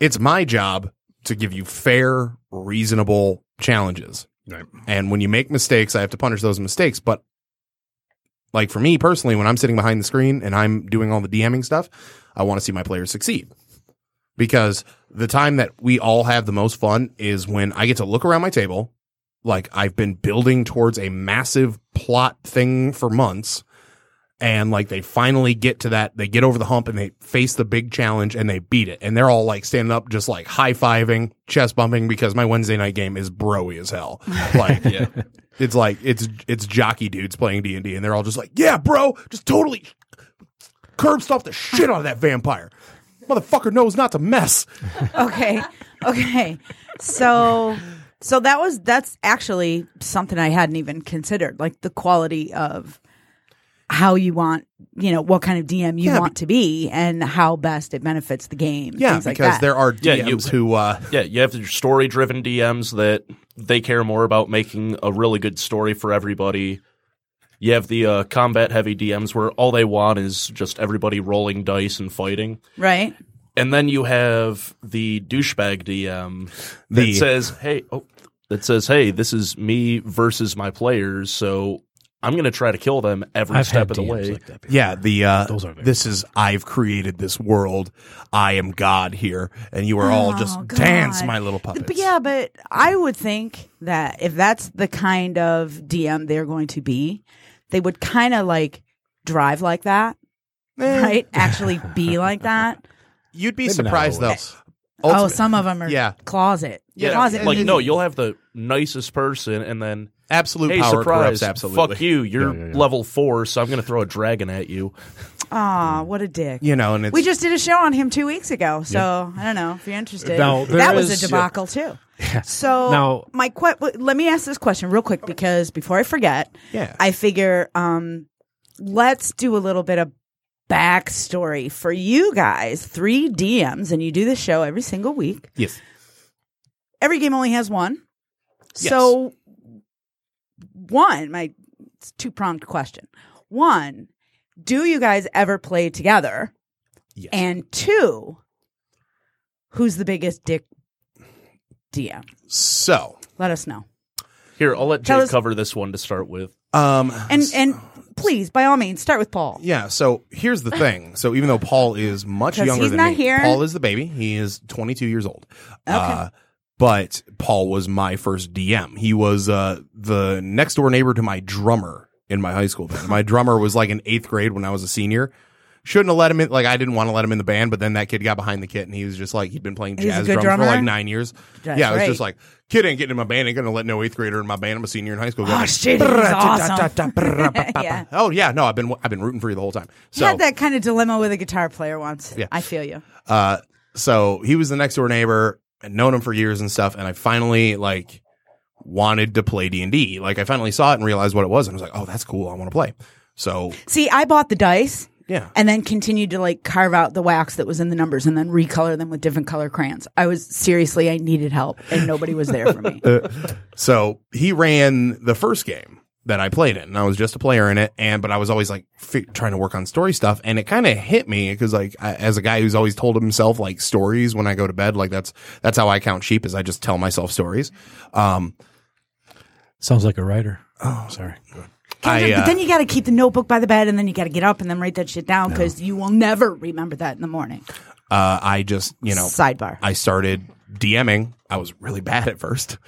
Speaker 6: it's my job to give you fair, reasonable challenges.
Speaker 3: Right.
Speaker 6: And when you make mistakes, I have to punish those mistakes. But like for me personally, when I'm sitting behind the screen and I'm doing all the DMing stuff, I want to see my players succeed. Because the time that we all have the most fun is when I get to look around my table, like I've been building towards a massive plot thing for months and like they finally get to that they get over the hump and they face the big challenge and they beat it and they're all like standing up just like high-fiving chest bumping because my wednesday night game is broy as hell like
Speaker 5: Yeah.
Speaker 6: it's like it's it's jockey dudes playing d&d and they're all just like yeah bro just totally curb stomp the shit out of that vampire Motherfucker knows not to mess.
Speaker 2: okay okay so so that was that's actually something i hadn't even considered like the quality of how you want you know what kind of dm you
Speaker 6: Yeah,
Speaker 2: want to be and how best it benefits the game
Speaker 6: Yeah,
Speaker 2: things like
Speaker 6: because
Speaker 2: that.
Speaker 6: there are DMs
Speaker 5: Yeah, you-
Speaker 6: who uh,
Speaker 5: Yeah, you have your story driven DMs that they care more about making a really good story for everybody. You have the uh, combat heavy DMs where all they want is just everybody rolling dice and fighting.
Speaker 2: right
Speaker 5: And then you have the douchebag DM that
Speaker 6: The-
Speaker 5: says, "Hey, oh, that says, hey, this is me versus my players, so I'm going to try to kill them every
Speaker 3: I've
Speaker 5: step
Speaker 3: had
Speaker 5: of the
Speaker 3: DMs
Speaker 5: way."
Speaker 3: like that before.
Speaker 6: Yeah, the uh,
Speaker 3: Those are there.
Speaker 6: this is I've created this world. I am God here, and you are all just
Speaker 2: Oh, God.
Speaker 6: dance, my little puppets.
Speaker 2: But yeah, but I would think that if that's the kind of DM they're going to be, they would kind of like drive like that,
Speaker 6: Eh.
Speaker 2: right? Actually be like that.
Speaker 6: you'd be
Speaker 3: Maybe not
Speaker 6: surprised though.
Speaker 3: always.
Speaker 2: Oh,
Speaker 6: Ultimate-
Speaker 2: some of them are
Speaker 6: Yeah.
Speaker 2: closet.
Speaker 6: Yeah,
Speaker 2: closet
Speaker 5: like
Speaker 2: nitty.
Speaker 5: no, you'll have the nicest person, and then
Speaker 6: absolute
Speaker 5: hey,
Speaker 6: power
Speaker 5: surprise!
Speaker 6: corrupts absolutely.
Speaker 5: Fuck you! You're level four, so I'm going to throw a dragon at you.
Speaker 2: Aw, what a dick.
Speaker 6: You know, and it's
Speaker 2: We just did a show on him two weeks ago, so I don't know if you're interested.
Speaker 3: Now, there
Speaker 2: that was
Speaker 3: is-
Speaker 2: a debacle too. So
Speaker 3: Now-
Speaker 2: my que- let me ask this question real quick because before I forget,
Speaker 6: Yeah.
Speaker 2: I figure um, let's do a little bit of backstory for you guys. Three DMs, and you do this show every single week.
Speaker 6: yes.
Speaker 2: Every game only has one, so one my it's two pronged question. One, do you guys ever play together?
Speaker 6: Yes.
Speaker 2: And two, who's the biggest dick DM?
Speaker 6: so,
Speaker 2: Let us know.
Speaker 5: Here, I'll let
Speaker 2: Tell
Speaker 5: Jake
Speaker 2: us-
Speaker 5: cover this one to start with.
Speaker 6: um,
Speaker 2: And and please, by all means, start with Paul.
Speaker 6: yeah. So here's the thing. So even though Paul is much
Speaker 2: 'Cause
Speaker 6: younger
Speaker 2: he's
Speaker 6: than
Speaker 2: not
Speaker 6: me,
Speaker 2: here.
Speaker 6: Paul is the baby. He is 22 years old. Uh, but Paul was my first DM. He was uh, the next door neighbor to my drummer in my high school. Band. My drummer was like in eighth grade when I was a senior. Shouldn't have let him in. Like I didn't want to let him in the band, but then that kid got behind the kit, and he was just like he'd been playing
Speaker 2: He's a
Speaker 6: jazz
Speaker 2: good
Speaker 6: drums for
Speaker 2: drummer?
Speaker 6: like nine years.
Speaker 2: That's
Speaker 6: yeah, I was
Speaker 2: right.
Speaker 6: just like kid ain't getting in my band. Ain't gonna let no eighth grader in my band. I'm a senior in high school.
Speaker 2: Oh shit, he's awesome. yeah.
Speaker 6: Oh yeah, no, I've been I've been rooting for you the whole time.
Speaker 2: He
Speaker 6: So
Speaker 2: had that kind of dilemma with a guitar player once.
Speaker 6: Yeah.
Speaker 2: I feel you.
Speaker 6: Uh, so he was the next door neighbor. I'd known him for years and stuff, and I finally like wanted to play D and D. Like I finally saw it and realized what it was, and I was like, "Oh, that's cool. I want to play." So
Speaker 2: See, I bought the dice
Speaker 6: yeah,
Speaker 2: and then continued to like carve out the wax that was in the numbers and then recolor them with different color crayons. I was seriously, I needed help and nobody was there for me.
Speaker 6: so he ran the first game that I played in, and I was just a player in it. And but I was always like fi- trying to work on story stuff, and it kind of hit me because like I, as a guy who's always told himself like stories when I go to bed, like that's that's how I count sheep is I just tell myself stories. Um,
Speaker 3: Sounds like a writer. Oh, sorry.
Speaker 6: I,
Speaker 2: Kendrick,
Speaker 6: uh,
Speaker 2: but then you got to keep the notebook by the bed, and then you got to get up and then write that shit down because you will never remember that in the morning.
Speaker 6: uh, I just you know
Speaker 2: Sidebar.
Speaker 6: I started DMing. I was really bad at first.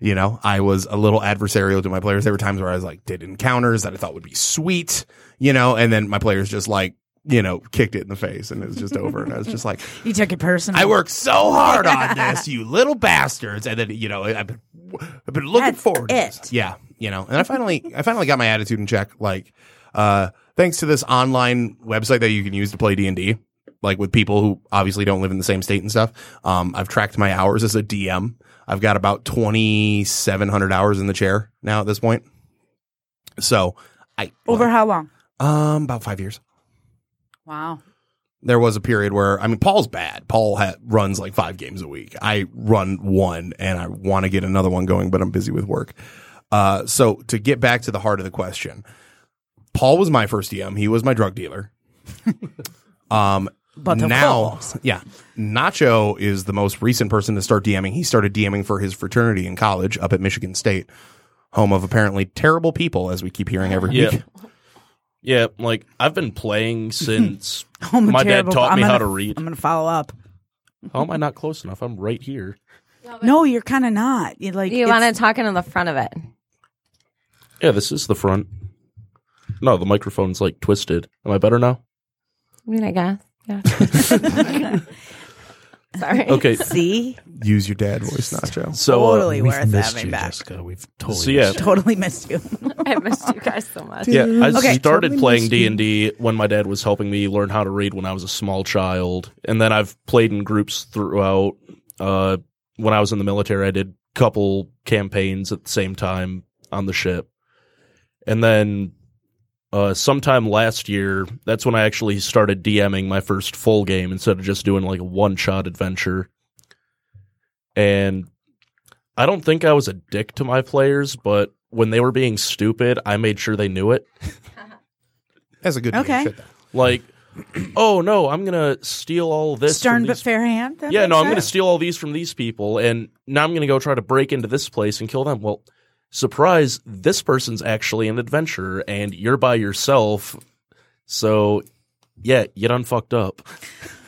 Speaker 6: You know, I was a little adversarial to my players. There were times where I was like, did encounters that I thought would be sweet, you know, and then my players just like, you know, kicked it in the face and it was just over. And I was just like,
Speaker 2: you took it personal.
Speaker 6: I worked so hard on this, you little bastards. And then, you know, I've been, I've been looking
Speaker 2: That's
Speaker 6: forward to
Speaker 2: it.
Speaker 6: this. Yeah. You know, and I finally, I finally got my attitude in check. Like, uh, thanks to this online website that you can use to play D and D, like with people who obviously don't live in the same state and stuff. Um, I've tracked my hours as a DM. I've got about 2,700 hours in the chair now at this point. So I,
Speaker 2: Over how long?
Speaker 6: um, about five years
Speaker 2: Wow.
Speaker 6: there was a period where I mean Paul's bad. Paul ha- runs like five games a week. I run one, and I want to get another one going, but I'm busy with work. Uh, so to get back to the heart of the question, Paul was my first DM. He was my drug dealer. um,
Speaker 2: But of
Speaker 6: now,
Speaker 2: course.
Speaker 6: yeah, Nacho is the most recent person to start DMing. He started DMing for his fraternity in college up at Michigan State, home of apparently terrible people, as we keep hearing every
Speaker 5: Yeah.
Speaker 6: week.
Speaker 5: Yeah, like I've been playing since
Speaker 2: Oh, I'm a
Speaker 5: my dad
Speaker 2: terrible-
Speaker 5: taught
Speaker 2: I'm
Speaker 5: me how
Speaker 2: gonna-
Speaker 5: to read.
Speaker 2: I'm going to follow up.
Speaker 5: How am I not close enough? I'm right here.
Speaker 2: No, you're kind of not. You like
Speaker 4: You
Speaker 2: it's-
Speaker 4: want to talk into the front of it.
Speaker 5: Yeah, this is the front. No, the microphone's like twisted. Am I better now?
Speaker 4: I mean, I guess. Yeah. Sorry.
Speaker 5: Okay.
Speaker 2: See,
Speaker 6: Use your dad voice, Nacho.
Speaker 5: So uh,
Speaker 2: totally
Speaker 3: We've
Speaker 2: worth
Speaker 3: missed
Speaker 2: having
Speaker 3: you,
Speaker 2: back.
Speaker 3: Jessica. We've totally
Speaker 5: So, yeah.
Speaker 3: missed you.
Speaker 2: Totally missed you.
Speaker 4: I missed you guys so much.
Speaker 5: yeah, I
Speaker 2: Okay.
Speaker 5: started
Speaker 6: Totally
Speaker 5: playing
Speaker 6: missed
Speaker 5: D
Speaker 6: you.
Speaker 5: and D when my dad was helping me learn how to read when I was a small child, and then I've played in groups throughout. Uh, when I was in the military, I did a couple campaigns at the same time on the ship, and then uh, sometime last year, that's when I actually started DMing my first full game instead of just doing like a one shot adventure. And I don't think I was a dick to my players, but when they were being stupid, I made sure they knew it.
Speaker 6: That's a good
Speaker 2: Okay.
Speaker 6: name. Shit.
Speaker 5: Like, oh no, I'm gonna steal all this.
Speaker 2: Stern
Speaker 5: from
Speaker 2: but
Speaker 5: these-
Speaker 2: fair hand. That
Speaker 5: Yeah,
Speaker 2: makes
Speaker 5: no, I'm gonna
Speaker 2: sense.
Speaker 5: steal all these from these people, and now I'm gonna go try to break into this place and kill them. Well, surprise, this person's actually an adventurer, and you're by yourself. So, yeah, you done fucked up.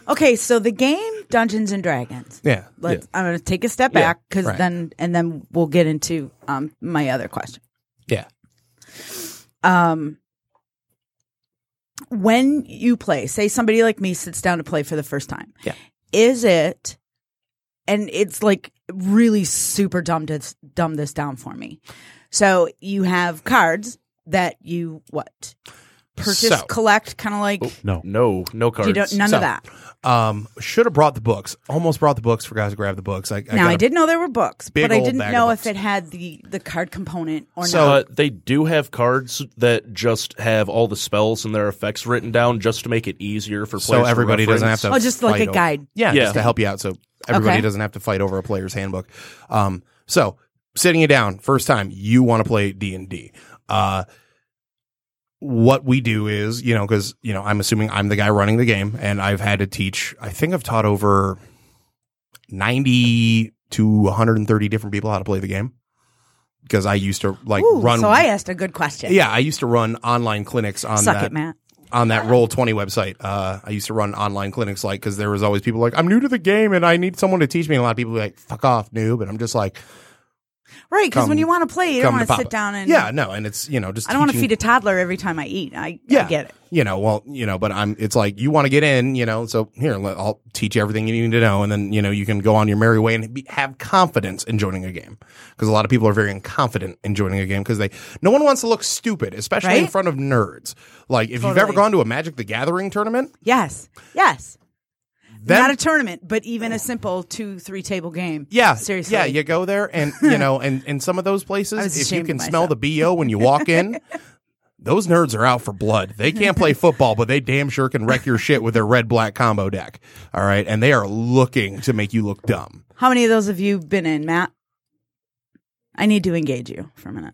Speaker 2: Okay, so the game Dungeons and Dragons.
Speaker 6: Yeah.
Speaker 2: Let's, I'm going to take a step
Speaker 5: Yeah,
Speaker 2: back because
Speaker 6: right.
Speaker 2: then, and then we'll get into um, my other question.
Speaker 6: Yeah.
Speaker 2: Um, when you play, say somebody like me sits down to play for the first time.
Speaker 6: Yeah.
Speaker 2: Is it, and it's like really super dumb to dumb this down for me. So you have cards that you what purchase,
Speaker 6: So-
Speaker 2: collect, kind of
Speaker 6: Oh,
Speaker 2: like
Speaker 3: No.
Speaker 5: No, no cards.
Speaker 2: you don't none
Speaker 6: So-
Speaker 2: of that.
Speaker 6: Um, should have brought the books. Almost brought the books. Forgot to grab the books. I, I
Speaker 2: Now
Speaker 6: got
Speaker 2: I
Speaker 6: a-
Speaker 2: did know there were books,
Speaker 6: big
Speaker 2: but I
Speaker 6: old
Speaker 2: didn't
Speaker 6: bag
Speaker 2: know
Speaker 6: of
Speaker 2: if
Speaker 6: books.
Speaker 2: it had the the card component or
Speaker 6: So-
Speaker 2: not.
Speaker 5: Uh, they do have cards that just have all the spells and their effects written down, just to make it easier for players.
Speaker 6: So
Speaker 5: to
Speaker 6: everybody doesn't have
Speaker 2: Oh,
Speaker 5: reference.
Speaker 6: to.
Speaker 2: just like
Speaker 6: fight
Speaker 2: a
Speaker 6: over-
Speaker 2: guide.
Speaker 6: Yeah,
Speaker 5: Yeah.
Speaker 6: just to help you out. So everybody
Speaker 2: Okay.
Speaker 6: doesn't have to fight over a player's handbook. Um, so sitting you down first time, you want to play D and D. Uh, what we do is, you know, because you know, I'm assuming I'm the guy running the game, and I've had to teach. I think I've taught over ninety to 130 different people how to play the game because I used to like
Speaker 2: Ooh,
Speaker 6: run.
Speaker 2: so I asked a good question.
Speaker 6: yeah, I used to run online clinics on
Speaker 2: Suck
Speaker 6: that
Speaker 2: it, Matt.
Speaker 6: on that roll 20 website uh, i used to run online clinics like because there was always people like i'm new to the game and i need someone to teach me and a lot of people be like fuck off noob and i'm just like
Speaker 2: Right, because when
Speaker 6: Come-
Speaker 2: you want to play, you don't
Speaker 6: come to
Speaker 2: want to
Speaker 6: papa
Speaker 2: sit down and
Speaker 6: yeah no and it's you know just
Speaker 2: I don't want to
Speaker 6: teaching-
Speaker 2: feed a toddler every time I eat. I, I get it.
Speaker 6: you know well you know but i'm it's like you want to get in you know so here let- i'll teach you everything you need to know and then you know you can go on your merry way and be, have confidence in joining a game because a lot of people are very confident in joining a game because they no one wants to look stupid especially in
Speaker 2: Right?
Speaker 6: front of nerds like if you've ever
Speaker 2: Totally.
Speaker 6: gone to a magic the gathering tournament
Speaker 2: Yes, yes.
Speaker 6: then
Speaker 2: Not a tournament, but even a simple two, three table game.
Speaker 6: Yeah,
Speaker 2: seriously.
Speaker 6: Yeah, you go there, and you know, and in some of those
Speaker 2: I was
Speaker 6: places, if you
Speaker 2: ashamed
Speaker 6: can
Speaker 2: of
Speaker 6: smell the bo when you walk in, those nerds are out for blood. They can't play football, but they damn sure can wreck your shit with their red black combo deck. All right, and they are looking to make you look dumb.
Speaker 2: How many of those have you been in, Matt? I need to engage you for a minute.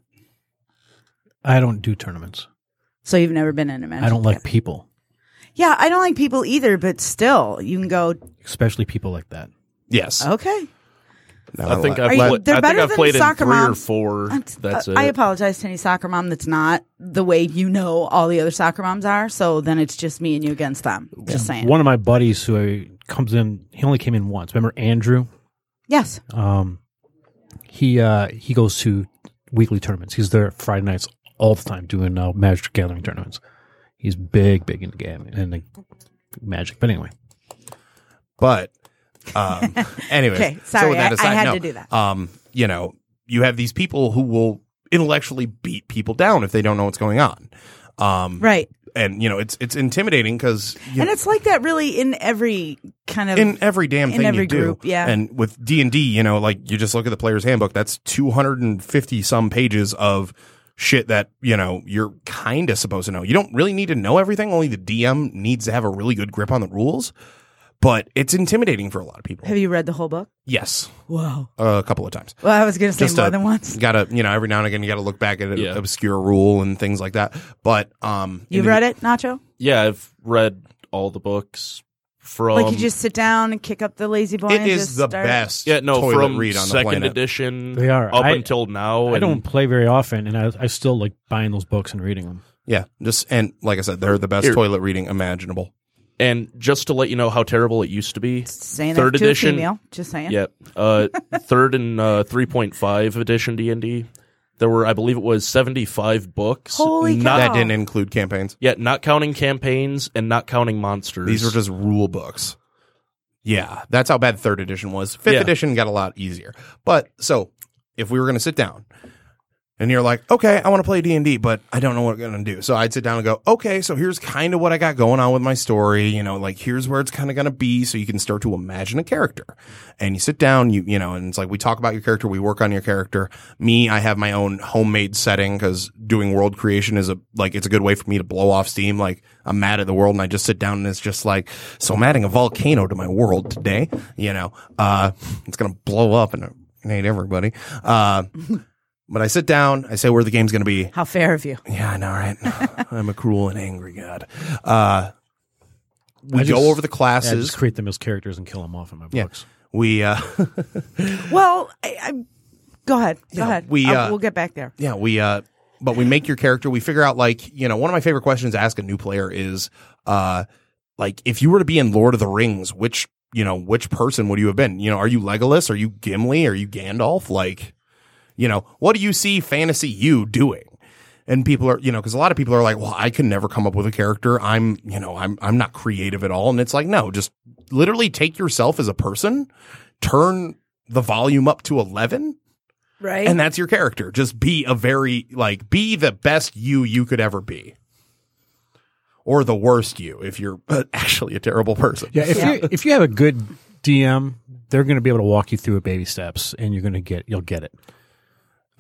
Speaker 3: I don't do tournaments.
Speaker 2: So you've never been in a match?
Speaker 3: I don't like people,
Speaker 2: Yeah, I don't like people either. But still, you can go.
Speaker 3: especially people like that.
Speaker 6: Yes, uh,
Speaker 2: Okay,
Speaker 6: No,
Speaker 5: I think I've,
Speaker 6: like-
Speaker 2: Are you-
Speaker 5: pla-
Speaker 2: they're
Speaker 5: I think
Speaker 2: better
Speaker 5: I've
Speaker 2: than
Speaker 5: played in
Speaker 2: soccer
Speaker 5: three or
Speaker 2: moms.
Speaker 5: four.
Speaker 2: I'm s-
Speaker 5: That's
Speaker 2: uh,
Speaker 5: it.
Speaker 2: I apologize to any soccer mom that's not the way you know all the other soccer moms are. So then it's just me and you against them. Just saying.
Speaker 3: One of my buddies who uh, comes in, he only came in once. Remember Andrew?
Speaker 2: yes.
Speaker 3: Um, he uh, he goes to weekly tournaments. He's there Friday nights all the time doing uh, Magic the Gathering tournaments. He's big, big into game and like, magic. But anyway,
Speaker 6: But um, anyways,
Speaker 2: Okay,
Speaker 6: so
Speaker 2: sorry,
Speaker 6: with that
Speaker 2: I- I
Speaker 6: aside,
Speaker 2: had
Speaker 6: no,
Speaker 2: to do that.
Speaker 6: Um, you know, you have these people who will intellectually beat people down if they don't know what's going on. Um,
Speaker 2: Right.
Speaker 6: and you know, it's it's intimidating because
Speaker 2: And it's like that really in every kind of.
Speaker 6: in every damn
Speaker 2: in
Speaker 6: thing
Speaker 2: every
Speaker 6: you do.
Speaker 2: group, yeah.
Speaker 6: And with D and D, you know, like you just look at the player's handbook. That's two hundred and fifty some pages of shit that you know you're kind of supposed to know. You don't really need to know everything. Only the DM needs to have a really good grip on the rules. But it's intimidating for a lot of people.
Speaker 2: have you read the whole book?
Speaker 6: yes,
Speaker 2: Whoa.
Speaker 6: a couple of times.
Speaker 2: Well, I was going to say
Speaker 6: Just
Speaker 2: more
Speaker 6: a-
Speaker 2: than once.
Speaker 6: Got to you know every now and again you got to look back at an
Speaker 5: Yeah.
Speaker 6: obscure rule and things like that. But um,
Speaker 2: You've
Speaker 6: in the-
Speaker 2: read it, Nacho?
Speaker 5: yeah, I've read all the books from
Speaker 2: like you just sit down and kick up the lazy boy.
Speaker 6: um, It
Speaker 2: and
Speaker 6: is
Speaker 2: just
Speaker 6: the
Speaker 2: start?
Speaker 6: best.
Speaker 5: yeah no
Speaker 6: toilet
Speaker 5: from
Speaker 6: read on the
Speaker 5: second
Speaker 6: planet.
Speaker 5: edition
Speaker 3: They are.
Speaker 5: up
Speaker 3: I-
Speaker 5: until now.
Speaker 3: I
Speaker 5: and
Speaker 3: don't play very often, and I, I still like buying those books and reading them.
Speaker 6: Yeah, just and like I said, they're the best
Speaker 5: Here.
Speaker 6: toilet reading imaginable.
Speaker 5: and just to let you know how terrible it used to be.
Speaker 2: Saying
Speaker 5: Third
Speaker 2: that to
Speaker 5: edition.
Speaker 2: A female, just saying.
Speaker 5: Yep. Uh, third and uh, three point five edition D and D. There were, I believe, it was seventy five books.
Speaker 2: Holy
Speaker 5: not,
Speaker 6: That
Speaker 2: cow.
Speaker 6: didn't include campaigns.
Speaker 5: Yeah, not counting campaigns and not counting monsters.
Speaker 6: These were just rule books. Yeah, that's how bad third edition was. Fifth
Speaker 5: Yeah.
Speaker 6: edition got a lot easier. But so if we were going to sit down and you're like, okay, I want to play D and D, but I don't know what I'm going to do. So I'd sit down and go, okay, so here's kind of what I got going on with my story. You know, like here's where it's kind of going to be. So you can start to imagine a character and you sit down, you, you know, and it's like, we talk about your character. We work on your character. Me, I have my own homemade setting because doing world creation is a, like, it's a good way for me to blow off steam. Like I'm mad at the world and I just sit down and it's just like, so I'm adding a volcano to my world today. You know, uh, it's going to blow up and hate everybody. Uh, but I sit down, I say where the game's going to be.
Speaker 2: How fair of you.
Speaker 6: Yeah, I know, right? I'm a cruel and angry god. Uh, we
Speaker 3: I just-
Speaker 6: go over the
Speaker 3: Yeah, I just
Speaker 6: classes.
Speaker 3: create them as characters and kill them off in my
Speaker 6: Yeah.
Speaker 3: books.
Speaker 6: we, uh,
Speaker 2: Well, I, I, go ahead. Go ahead.
Speaker 6: we,
Speaker 2: I'll-
Speaker 6: uh,
Speaker 2: we'll get back there.
Speaker 6: yeah, we, uh, but we make your character. We figure out, like, you know, one of my favorite questions to ask a new player is, uh, like, if you were to be in Lord of the Rings, which, you know, which person would you have been? You know, are you Legolas? Are you Gimli? Are you Gandalf? Like, you know, what do you see fantasy you doing? and people are you know because a lot of people are like well i can never come up with a character i'm you know i'm i'm not creative at all and it's like no just literally take yourself as a person turn the volume up to 11
Speaker 2: Right.
Speaker 6: and that's your character just be a very like be the best you you could ever be or the worst you if you're uh, actually a terrible person
Speaker 3: Yeah, if you if you have a good DM, they're going to be able to walk you through it baby steps, and you're going to get you'll get it.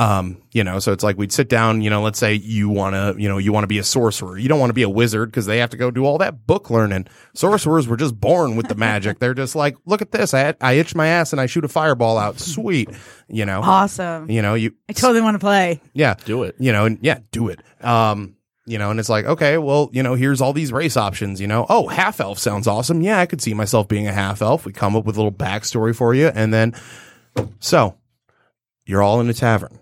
Speaker 6: Um, you know, so it's like we'd sit down, you know, let's say you want to, you know, you want to be a sorcerer. You don't want to be a wizard because they have to go do all that book learning. Sorcerers were just born with the magic. They're just like, look at this. I, I itch my ass and I shoot a fireball out. Sweet. You know,
Speaker 2: awesome.
Speaker 6: you know, you,
Speaker 2: I totally want to play.
Speaker 6: yeah,
Speaker 5: Do it.
Speaker 6: you know, and yeah, do it. Um, you know, and it's like, okay, well, you know, here's all these race options, you know. Oh, half elf sounds awesome. Yeah, I could see myself being a half elf. We come up with a little backstory for you, and then so you're all in a tavern.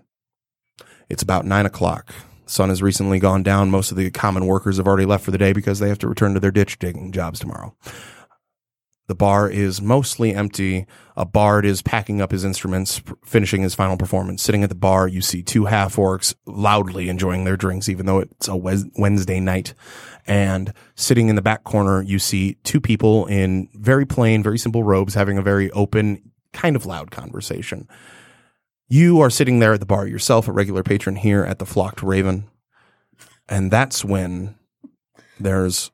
Speaker 6: It's about nine o'clock. Sun has recently gone down. Most of the common workers have already left for the day because they have to return to their ditch digging jobs tomorrow. The bar is mostly empty. A bard is packing up his instruments, p- finishing his final performance. Sitting at the bar, you see two half orcs loudly enjoying their drinks, even though it's a Wes- Wednesday night. And sitting in the back corner, you see two people in very plain, very simple robes having a very open, kind of loud conversation. You are sitting there at the bar yourself, a regular patron here at the Flocked Raven. And that's when there's,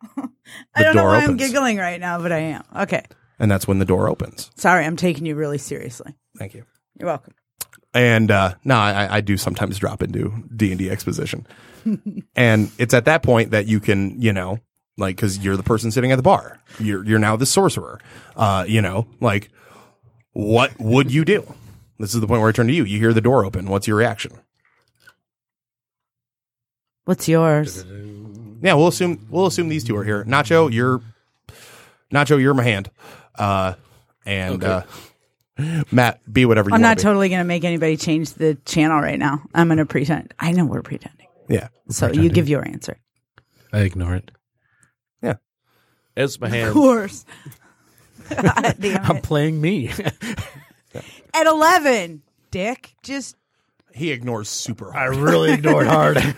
Speaker 2: I
Speaker 6: The
Speaker 2: don't know
Speaker 6: door
Speaker 2: why I'm
Speaker 6: opens.
Speaker 2: giggling right now, but I am. Okay.
Speaker 6: and that's when the door opens.
Speaker 2: Sorry, I'm taking you really seriously.
Speaker 6: Thank you.
Speaker 2: You're welcome.
Speaker 6: and uh, no, I, I do sometimes drop into D and D exposition, and it's at that point that you can, you know, like because you're the person sitting at the bar, you're you're now the sorcerer, uh, you know, like what would you do? This is the point where I turn to you. You hear the door open. What's your reaction?
Speaker 2: What's yours?
Speaker 6: Yeah, we'll assume we'll assume these two are here. Nacho, you're Nacho, you're my hand, uh, and uh, Matt, be whatever you
Speaker 2: I'm
Speaker 6: want.
Speaker 2: not
Speaker 6: be.
Speaker 2: totally going to make anybody change the channel right now. I'm going to pretend. I know we're pretending.
Speaker 6: Yeah,
Speaker 2: So you give your answer.
Speaker 3: I ignore it.
Speaker 5: As my
Speaker 2: Of
Speaker 5: hand.
Speaker 2: course. God damn
Speaker 3: I'm
Speaker 2: it.
Speaker 3: playing me.
Speaker 2: At 11, Dick. Just
Speaker 6: he ignores super. hard.
Speaker 3: really ignore it hard.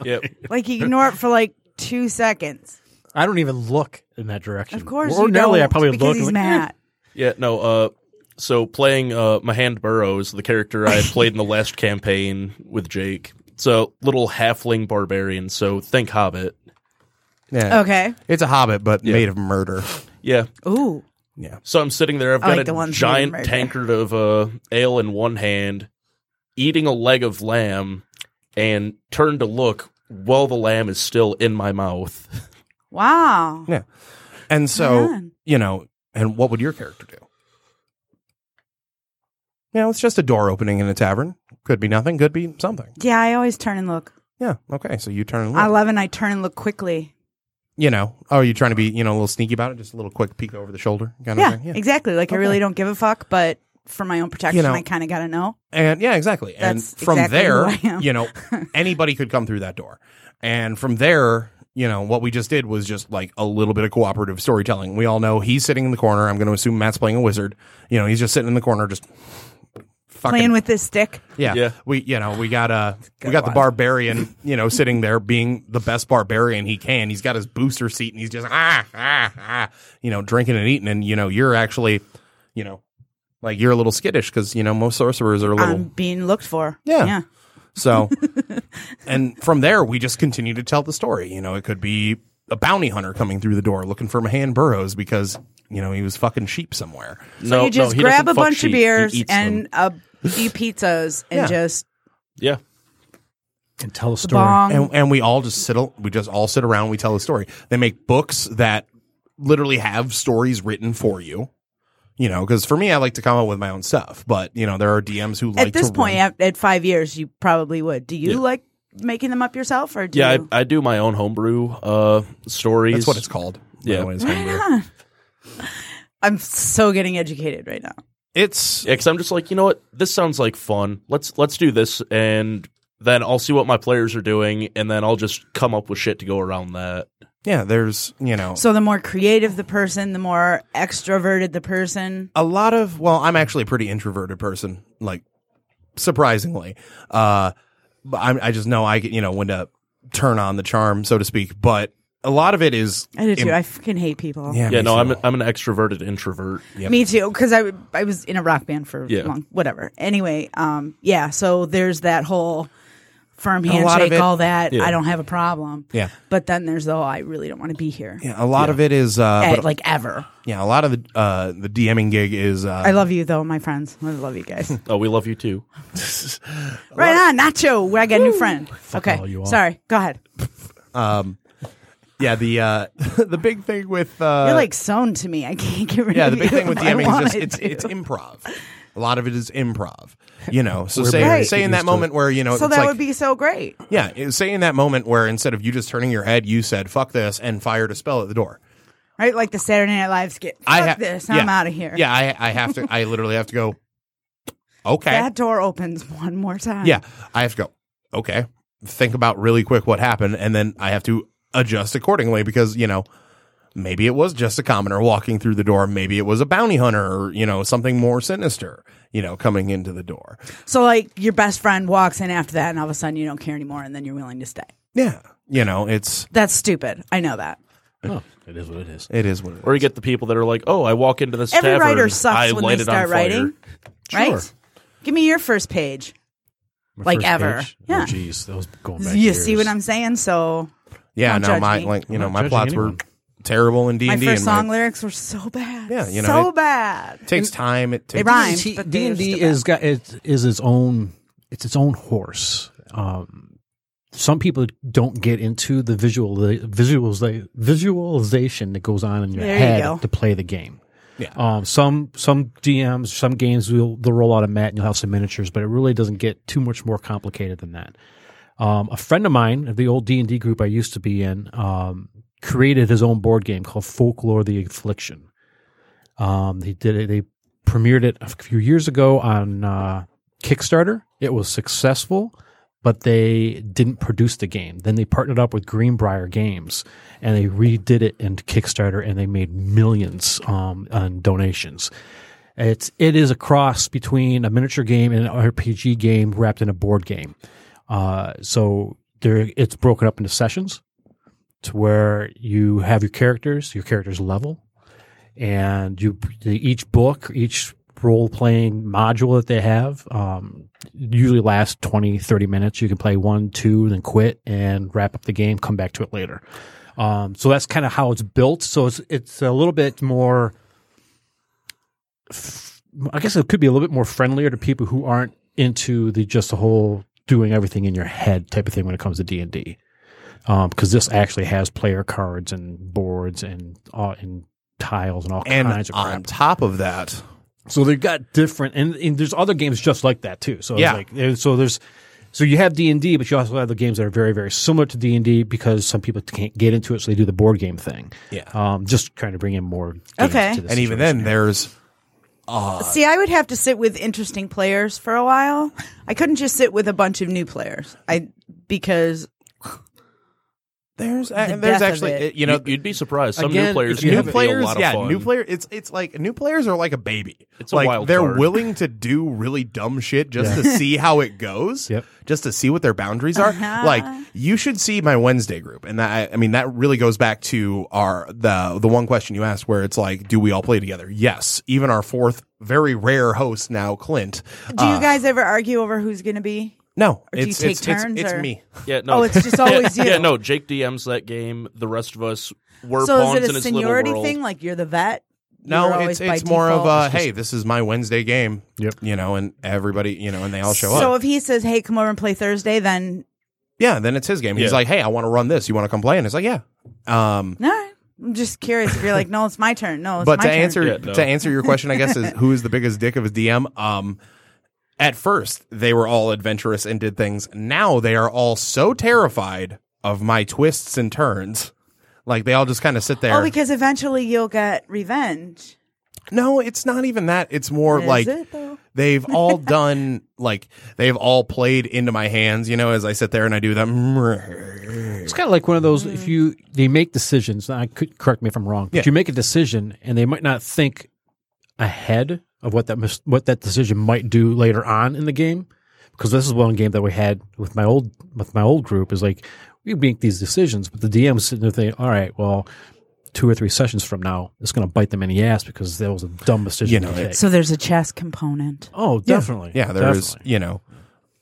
Speaker 5: Yep.
Speaker 2: like ignore it for like two seconds.
Speaker 3: I don't even look in that direction.
Speaker 2: Of course.
Speaker 3: ordinarily
Speaker 2: you
Speaker 3: I
Speaker 2: don't,
Speaker 3: probably
Speaker 2: because
Speaker 3: look
Speaker 2: he's
Speaker 3: like, "Eh,"
Speaker 2: mad.
Speaker 5: Yeah, no, uh so playing uh Mahand Burrows, the character I played in the last campaign with Jake. It's a little halfling barbarian, so think Hobbit.
Speaker 6: Yeah.
Speaker 2: Okay.
Speaker 6: It's a hobbit, but made of murder.
Speaker 5: Yeah.
Speaker 2: Ooh.
Speaker 5: So I'm sitting there, I've
Speaker 2: I
Speaker 5: got
Speaker 2: like the
Speaker 5: a
Speaker 2: ones
Speaker 5: giant
Speaker 2: made right there.
Speaker 5: tankard of uh ale in one hand, eating a leg of lamb, and turn to look while the lamb is still in my mouth.
Speaker 2: Wow.
Speaker 6: Yeah. And so,
Speaker 2: Man.
Speaker 6: you know, and what would your character do? You know, it's just a door opening in a tavern. Could be nothing, could be something.
Speaker 2: Yeah, I always turn and look.
Speaker 6: Yeah. Okay. So you turn and
Speaker 2: I
Speaker 6: look.
Speaker 2: love and I turn and look quickly.
Speaker 6: you know, oh, you trying to be, you know, a little sneaky about it? Just a little quick peek over the shoulder kind
Speaker 2: Yeah,
Speaker 6: of thing?
Speaker 2: exactly. Like I really don't give a fuck, but for my own protection,
Speaker 6: know,
Speaker 2: I kind of got to know.
Speaker 6: And yeah, exactly. And
Speaker 2: That's
Speaker 6: from
Speaker 2: exactly
Speaker 6: there,
Speaker 2: who I am.
Speaker 6: you know, anybody could come through that door. And from there, you know, what we just did was just like a little bit of cooperative storytelling. We all know he's sitting in the corner. I'm going to assume Matt's playing a wizard. You know, he's just sitting in the corner, just fucking
Speaker 2: playing with this stick.
Speaker 6: yeah,
Speaker 5: Yeah.
Speaker 6: We you know we got uh we
Speaker 2: good
Speaker 6: got the
Speaker 2: one.
Speaker 6: barbarian you know sitting there being the best barbarian he can. He's got his booster seat and he's just ah ah ah you know drinking and eating and you know you're actually you know like you're a little skittish because you know most sorcerers are a little
Speaker 2: I'm being looked for.
Speaker 6: Yeah.
Speaker 2: Yeah.
Speaker 6: so, and from there, we just continue to tell the story. You know, it could be a bounty hunter coming through the door looking for Mahan Burrows because, you know, he was fucking sheep somewhere.
Speaker 5: no,
Speaker 2: you just
Speaker 5: no, he
Speaker 2: grab
Speaker 5: doesn't
Speaker 2: a
Speaker 5: fuck
Speaker 2: bunch
Speaker 5: sheep.
Speaker 2: of
Speaker 5: He
Speaker 2: beers
Speaker 5: eats them.
Speaker 2: and a few pizzas and
Speaker 6: Yeah.
Speaker 2: just
Speaker 5: yeah,
Speaker 3: and tell a story.
Speaker 2: bong.
Speaker 6: And, and we all just sit, we just all sit around, we tell a story. They make books that literally have stories written for you. You know, because for me, I like to come up with my own stuff, but, you know, there are DMs who like
Speaker 2: at this
Speaker 6: to
Speaker 2: point,
Speaker 6: run-
Speaker 2: at, at five years, you probably would. Do you like making them up yourself, or do
Speaker 5: yeah.
Speaker 2: you?
Speaker 5: I, I do my own homebrew uh, stories.
Speaker 6: that's what it's called. by
Speaker 5: Yeah.
Speaker 6: the way, it's kind of weird.
Speaker 2: I'm so getting educated right now.
Speaker 6: It's,
Speaker 5: Yeah, because I'm just like, you know what? This sounds like fun. Let's let's do this, and then I'll see what my players are doing, and then I'll just come up with shit to go around that.
Speaker 6: yeah, there's, you know.
Speaker 2: So the more creative the person, the more extroverted the person.
Speaker 6: a lot of well i'm actually a pretty introverted person like surprisingly uh but I'm, i just know i get you know when to turn on the charm so to speak but a lot of it is
Speaker 2: I do too.
Speaker 6: im-
Speaker 2: I fucking hate people.
Speaker 5: Yeah,
Speaker 6: me
Speaker 5: no, I'm
Speaker 6: too.
Speaker 5: a, I'm an extroverted introvert.
Speaker 2: Me too, because I w- I was in a rock band for
Speaker 5: Yeah.
Speaker 2: long, whatever. Anyway, um, yeah. So there's that whole firm
Speaker 6: a lot of
Speaker 2: handshake,
Speaker 6: it-
Speaker 2: all that. I don't have a problem.
Speaker 6: Yeah.
Speaker 2: But then there's the whole I really don't want to be here,
Speaker 6: yeah, a lot of it is uh
Speaker 2: at,
Speaker 6: but,
Speaker 2: like ever.
Speaker 6: yeah a lot of the uh the dming gig is uh
Speaker 2: I love you though, my friends. I love you guys.
Speaker 5: Oh, we love you too.
Speaker 2: right on, Nacho. where I got a new friend.
Speaker 3: all
Speaker 2: Okay,
Speaker 3: you all.
Speaker 2: sorry. Go ahead.
Speaker 6: yeah the uh the big thing with uh
Speaker 2: You're like sewn to me. I can't get rid
Speaker 6: yeah
Speaker 2: of
Speaker 6: the
Speaker 2: you.
Speaker 6: big thing with
Speaker 2: if I
Speaker 6: dming is just
Speaker 2: wanted
Speaker 6: it's
Speaker 2: to.
Speaker 6: it's improv a lot of it is improv you know so
Speaker 3: We're
Speaker 6: say,
Speaker 3: very
Speaker 6: say in
Speaker 3: used
Speaker 6: that
Speaker 3: to
Speaker 6: moment where you know
Speaker 2: so
Speaker 6: it's
Speaker 2: that
Speaker 6: like,
Speaker 2: would be so great.
Speaker 6: Yeah, it- say in that moment where instead of you just turning your head, you said "fuck this" and fired a spell at the door.
Speaker 2: Right? Like the Saturday Night Live skit. Fuck
Speaker 6: I ha-
Speaker 2: this.
Speaker 6: yeah.
Speaker 2: I'm out of here.
Speaker 6: Yeah, I, I have to. I literally have to go. Okay.
Speaker 2: That door opens one more time.
Speaker 6: yeah, I have to go. Okay. Think about really quick what happened, and then I have to adjust accordingly because you know maybe it was just a commoner walking through the door, maybe it was a bounty hunter, or you know something more sinister, you know, coming into the door.
Speaker 2: So like your best friend walks in after that and all of a sudden you don't care anymore and then you're willing to stay.
Speaker 6: Yeah, you know, it's
Speaker 2: That's stupid. I know that.
Speaker 3: Oh, it is what it is.
Speaker 6: it is what it is.
Speaker 5: Or you get the people that are like, oh, I walk into this
Speaker 2: Every
Speaker 5: tavern,
Speaker 2: writer sucks
Speaker 5: I
Speaker 2: when
Speaker 5: light
Speaker 2: they
Speaker 5: it on
Speaker 2: start
Speaker 5: fire.
Speaker 2: writing. Right? Give me your first page.
Speaker 3: My
Speaker 2: Like
Speaker 3: first
Speaker 2: ever.
Speaker 3: page?
Speaker 2: Yeah.
Speaker 3: Oh, jeez, that was going back.
Speaker 2: you
Speaker 3: years.
Speaker 2: see what I'm saying? So
Speaker 6: Yeah,
Speaker 2: Don't
Speaker 6: no,
Speaker 2: judge
Speaker 6: my
Speaker 2: me.
Speaker 6: like you
Speaker 3: I'm
Speaker 6: know
Speaker 3: not
Speaker 6: my
Speaker 3: judging
Speaker 6: plots were
Speaker 3: anyone.
Speaker 6: terrible in D
Speaker 2: my
Speaker 6: and D.
Speaker 2: first
Speaker 6: my,
Speaker 2: song lyrics were so bad.
Speaker 6: Yeah, you know,
Speaker 2: so
Speaker 6: it-
Speaker 2: bad.
Speaker 6: takes time. It takes
Speaker 2: rhyme.
Speaker 3: D&D
Speaker 2: but they're
Speaker 3: D&D
Speaker 2: still
Speaker 3: is got it is its own it's its own horse. Um, some people don't get into the visual visualiza- visualization that goes on in your
Speaker 2: There you
Speaker 3: head
Speaker 2: go.
Speaker 3: to play the game.
Speaker 6: Yeah.
Speaker 3: Um, some some DMs, some games will they'll roll out a mat and you'll have some miniatures, but it really doesn't get too much more complicated than that. Um, a friend of mine of the old D and D group I used to be in um, created his own board game called Folklore: The Affliction. Um, he did it. They premiered it a few years ago on uh, Kickstarter. It was successful, but they didn't produce the game. Then they partnered up with Greenbrier Games and they redid it into Kickstarter, and they made millions um, on donations. It's it is a cross between a miniature game and an RPG game wrapped in a board game. Uh, so there, it's broken up into sessions to where you have your characters, your characters level, and you each book, each role playing module that they have um, usually lasts 20, 30 minutes. You can play one, two, then quit and wrap up the game, come back to it later. Um, so that's kind of how it's built. So it's it's a little bit more. I guess it could be a little bit more friendlier to people who aren't into the just the whole doing everything in your head type of thing when it comes to D and D, because this actually has player cards and boards and uh, and tiles and all
Speaker 6: And
Speaker 3: kinds of
Speaker 6: on
Speaker 3: crap.
Speaker 6: top of that,
Speaker 3: So they've got different, and, and there's other games just like that too. So it's
Speaker 6: Yeah.
Speaker 3: like there- so there's so you have D and D, but you also have the games that are very very similar to D and D because some people can't get into it, so they do the board game thing.
Speaker 6: Yeah.
Speaker 3: um, just trying to bring in more. games
Speaker 2: Okay.
Speaker 3: to this
Speaker 6: and
Speaker 3: situation.
Speaker 6: even then, there's
Speaker 2: See, I would have to sit with interesting players for a while. I couldn't just sit with a bunch of new players. I because
Speaker 6: There's a-
Speaker 2: The
Speaker 6: there's
Speaker 2: death of
Speaker 6: actually
Speaker 2: it.
Speaker 6: you know
Speaker 5: you'd be surprised. Some new
Speaker 6: again,
Speaker 5: players,
Speaker 6: new
Speaker 5: can be a
Speaker 6: players,
Speaker 5: lot of
Speaker 6: yeah,
Speaker 5: fun.
Speaker 6: new player. It's it's like new players are like a baby.
Speaker 5: It's a
Speaker 6: like
Speaker 5: wild
Speaker 6: they're
Speaker 5: card.
Speaker 6: willing to do really dumb shit just to see how it goes.
Speaker 3: Yep.
Speaker 6: Just to see what their boundaries are.
Speaker 2: Uh-huh.
Speaker 6: Like you should see my Wednesday group, and that I mean that really goes back to our the the one question you asked where it's like, do we all play together? Yes. Even our fourth very rare host now, Clint.
Speaker 2: Do
Speaker 6: Ah.
Speaker 2: you guys ever argue over who's going to be?
Speaker 6: No,
Speaker 2: do you
Speaker 6: it's
Speaker 2: take
Speaker 6: it's, it's,
Speaker 2: turns,
Speaker 6: it's
Speaker 2: or-
Speaker 6: me.
Speaker 5: Yeah, no.
Speaker 2: Oh, it's just
Speaker 5: Yeah,
Speaker 2: always you.
Speaker 5: Yeah, no. Jake DMs that game. The rest of us were
Speaker 2: so
Speaker 5: pawns
Speaker 2: is it
Speaker 5: in
Speaker 2: a
Speaker 5: his little
Speaker 2: seniority
Speaker 5: world.
Speaker 2: thing? Like you're the vet? You were
Speaker 6: No,
Speaker 2: always
Speaker 6: it's
Speaker 2: by
Speaker 6: it's more of
Speaker 2: default?
Speaker 6: a hey, this is my Wednesday game.
Speaker 3: Yep.
Speaker 6: You know, and everybody, you know, and they all show up.
Speaker 2: So if he says, "Hey, come over and play Thursday," then
Speaker 6: Yeah, then it's his game. He's
Speaker 5: Yeah.
Speaker 6: like, "Hey, I want to run this. You want to come play?" And it's like, "Yeah." Um,
Speaker 2: all right. I'm just curious if you're like, "No, it's my turn." No, it's
Speaker 6: but
Speaker 2: my
Speaker 6: to
Speaker 2: turn.
Speaker 6: answer
Speaker 5: Yeah, no.
Speaker 6: to answer your question, I guess is who is the biggest dick of his DM? Um, at first, they were all adventurous and did things. Now they are all so terrified of my twists and turns. Like they all just kind of sit there.
Speaker 2: oh, because eventually you'll get revenge.
Speaker 6: no, it's not even that. It's more
Speaker 2: Is
Speaker 6: like
Speaker 2: it though?
Speaker 6: they've all done like they've all played into my hands. You know, as I sit there and I do them.
Speaker 3: It's kind of like one of those.
Speaker 2: Mm.
Speaker 3: If you they make decisions, and I could correct me if I'm wrong, but
Speaker 6: Yeah.
Speaker 3: you make a decision, and they might not think ahead of what that mis- what that decision might do later on in the game. Because this is one game that we had with my old with my old group is like we make these decisions, but the DM was sitting there thinking, all right, well, two or three sessions from now, it's going to bite them in the ass because that was a dumb decision.
Speaker 6: You know,
Speaker 3: to
Speaker 6: it-
Speaker 3: take.
Speaker 2: So there's a chess component.
Speaker 3: oh, definitely,
Speaker 6: Yeah, there is.
Speaker 3: definitely.
Speaker 6: You know,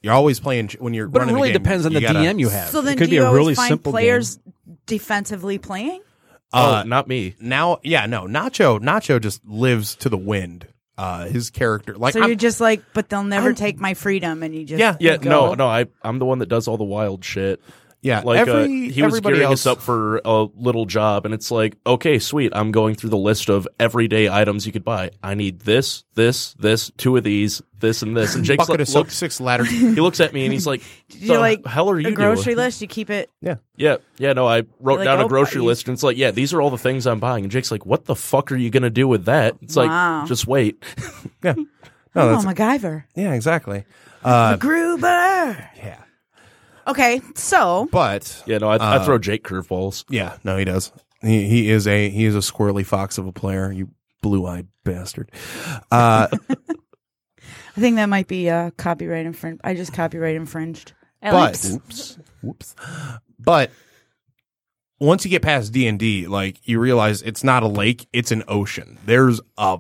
Speaker 6: you're always playing ch- when you're.
Speaker 3: But it
Speaker 6: running a
Speaker 3: really
Speaker 6: game,
Speaker 3: depends on the
Speaker 6: gotta-
Speaker 3: DM you have.
Speaker 2: So then,
Speaker 3: it could
Speaker 2: do
Speaker 3: be
Speaker 2: you
Speaker 3: a
Speaker 2: always
Speaker 3: really
Speaker 2: find
Speaker 3: simple
Speaker 2: players defensively playing?
Speaker 5: Oh,
Speaker 6: Uh,
Speaker 5: not me.
Speaker 6: now, yeah, no, Nacho. Nacho just lives to the wind. Uh, his character, like,
Speaker 2: So
Speaker 6: I'm-
Speaker 2: you're just like, but they'll never take my freedom, and you just
Speaker 6: Yeah.
Speaker 5: Yeah,
Speaker 2: go.
Speaker 5: no, no. I I'm the one that does all the wild shit.
Speaker 6: yeah,
Speaker 5: Like uh,
Speaker 6: every,
Speaker 5: he was
Speaker 6: everybody
Speaker 5: gearing
Speaker 6: else
Speaker 5: us up for a little job, and it's like, okay, sweet. I'm going through the list of everyday items you could buy. I need this, this, this, two of these, this, and this. And Jake's
Speaker 6: bucket
Speaker 5: like,
Speaker 6: of soap,
Speaker 5: looks,
Speaker 6: six ladders.
Speaker 5: he looks at me and he's like,
Speaker 2: You're
Speaker 5: "The
Speaker 2: like
Speaker 5: hell are you
Speaker 2: a grocery
Speaker 5: doing?"
Speaker 2: list. You keep it.
Speaker 5: Yeah, yeah. No, I wrote
Speaker 2: Like,
Speaker 5: down
Speaker 2: "Oh,
Speaker 5: a grocery
Speaker 2: you-
Speaker 5: list, and it's like, yeah, these are all the things I'm buying. And Jake's like, what the fuck are you gonna do with that? It's
Speaker 2: Wow.
Speaker 5: like, just wait.
Speaker 6: yeah, no,
Speaker 2: Oh,
Speaker 6: that's
Speaker 2: MacGyver,
Speaker 6: yeah, exactly. Uh,
Speaker 2: Gruber.
Speaker 6: yeah,
Speaker 2: Okay, so
Speaker 6: but
Speaker 5: Yeah, no, I, I throw Jake curveballs.
Speaker 6: yeah, no, he does. He he is a he is a squirrely fox of a player. You blue eyed bastard. Uh,
Speaker 2: I think that might be uh, copyright infringed. I just copyright infringed.
Speaker 6: but
Speaker 4: Alex.
Speaker 6: whoops, whoops. But once you get past D and D, like you realize it's not a lake; it's an ocean. There's a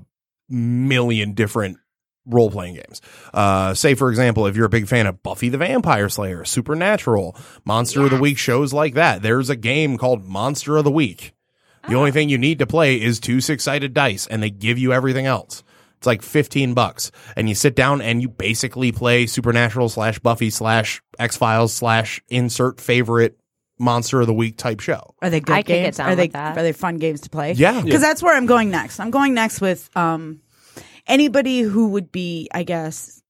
Speaker 6: million different role playing games. Uh, say, for example, if you're a big fan of Buffy the Vampire Slayer, Supernatural, Monster of the Week shows like that, there's a game called Monster of the Week. The only thing you need to play is two six sided dice, and they give you everything else. It's like 15 bucks. And you sit down and you basically play Supernatural slash Buffy slash X Files slash insert favorite monster of the week type show.
Speaker 2: Are they good
Speaker 4: I could get
Speaker 2: games?
Speaker 4: down
Speaker 2: are they
Speaker 4: with that.
Speaker 2: are they fun games to play?
Speaker 6: Yeah.
Speaker 2: because that's where I'm going next. I'm going next with um, anybody who would be, I guess,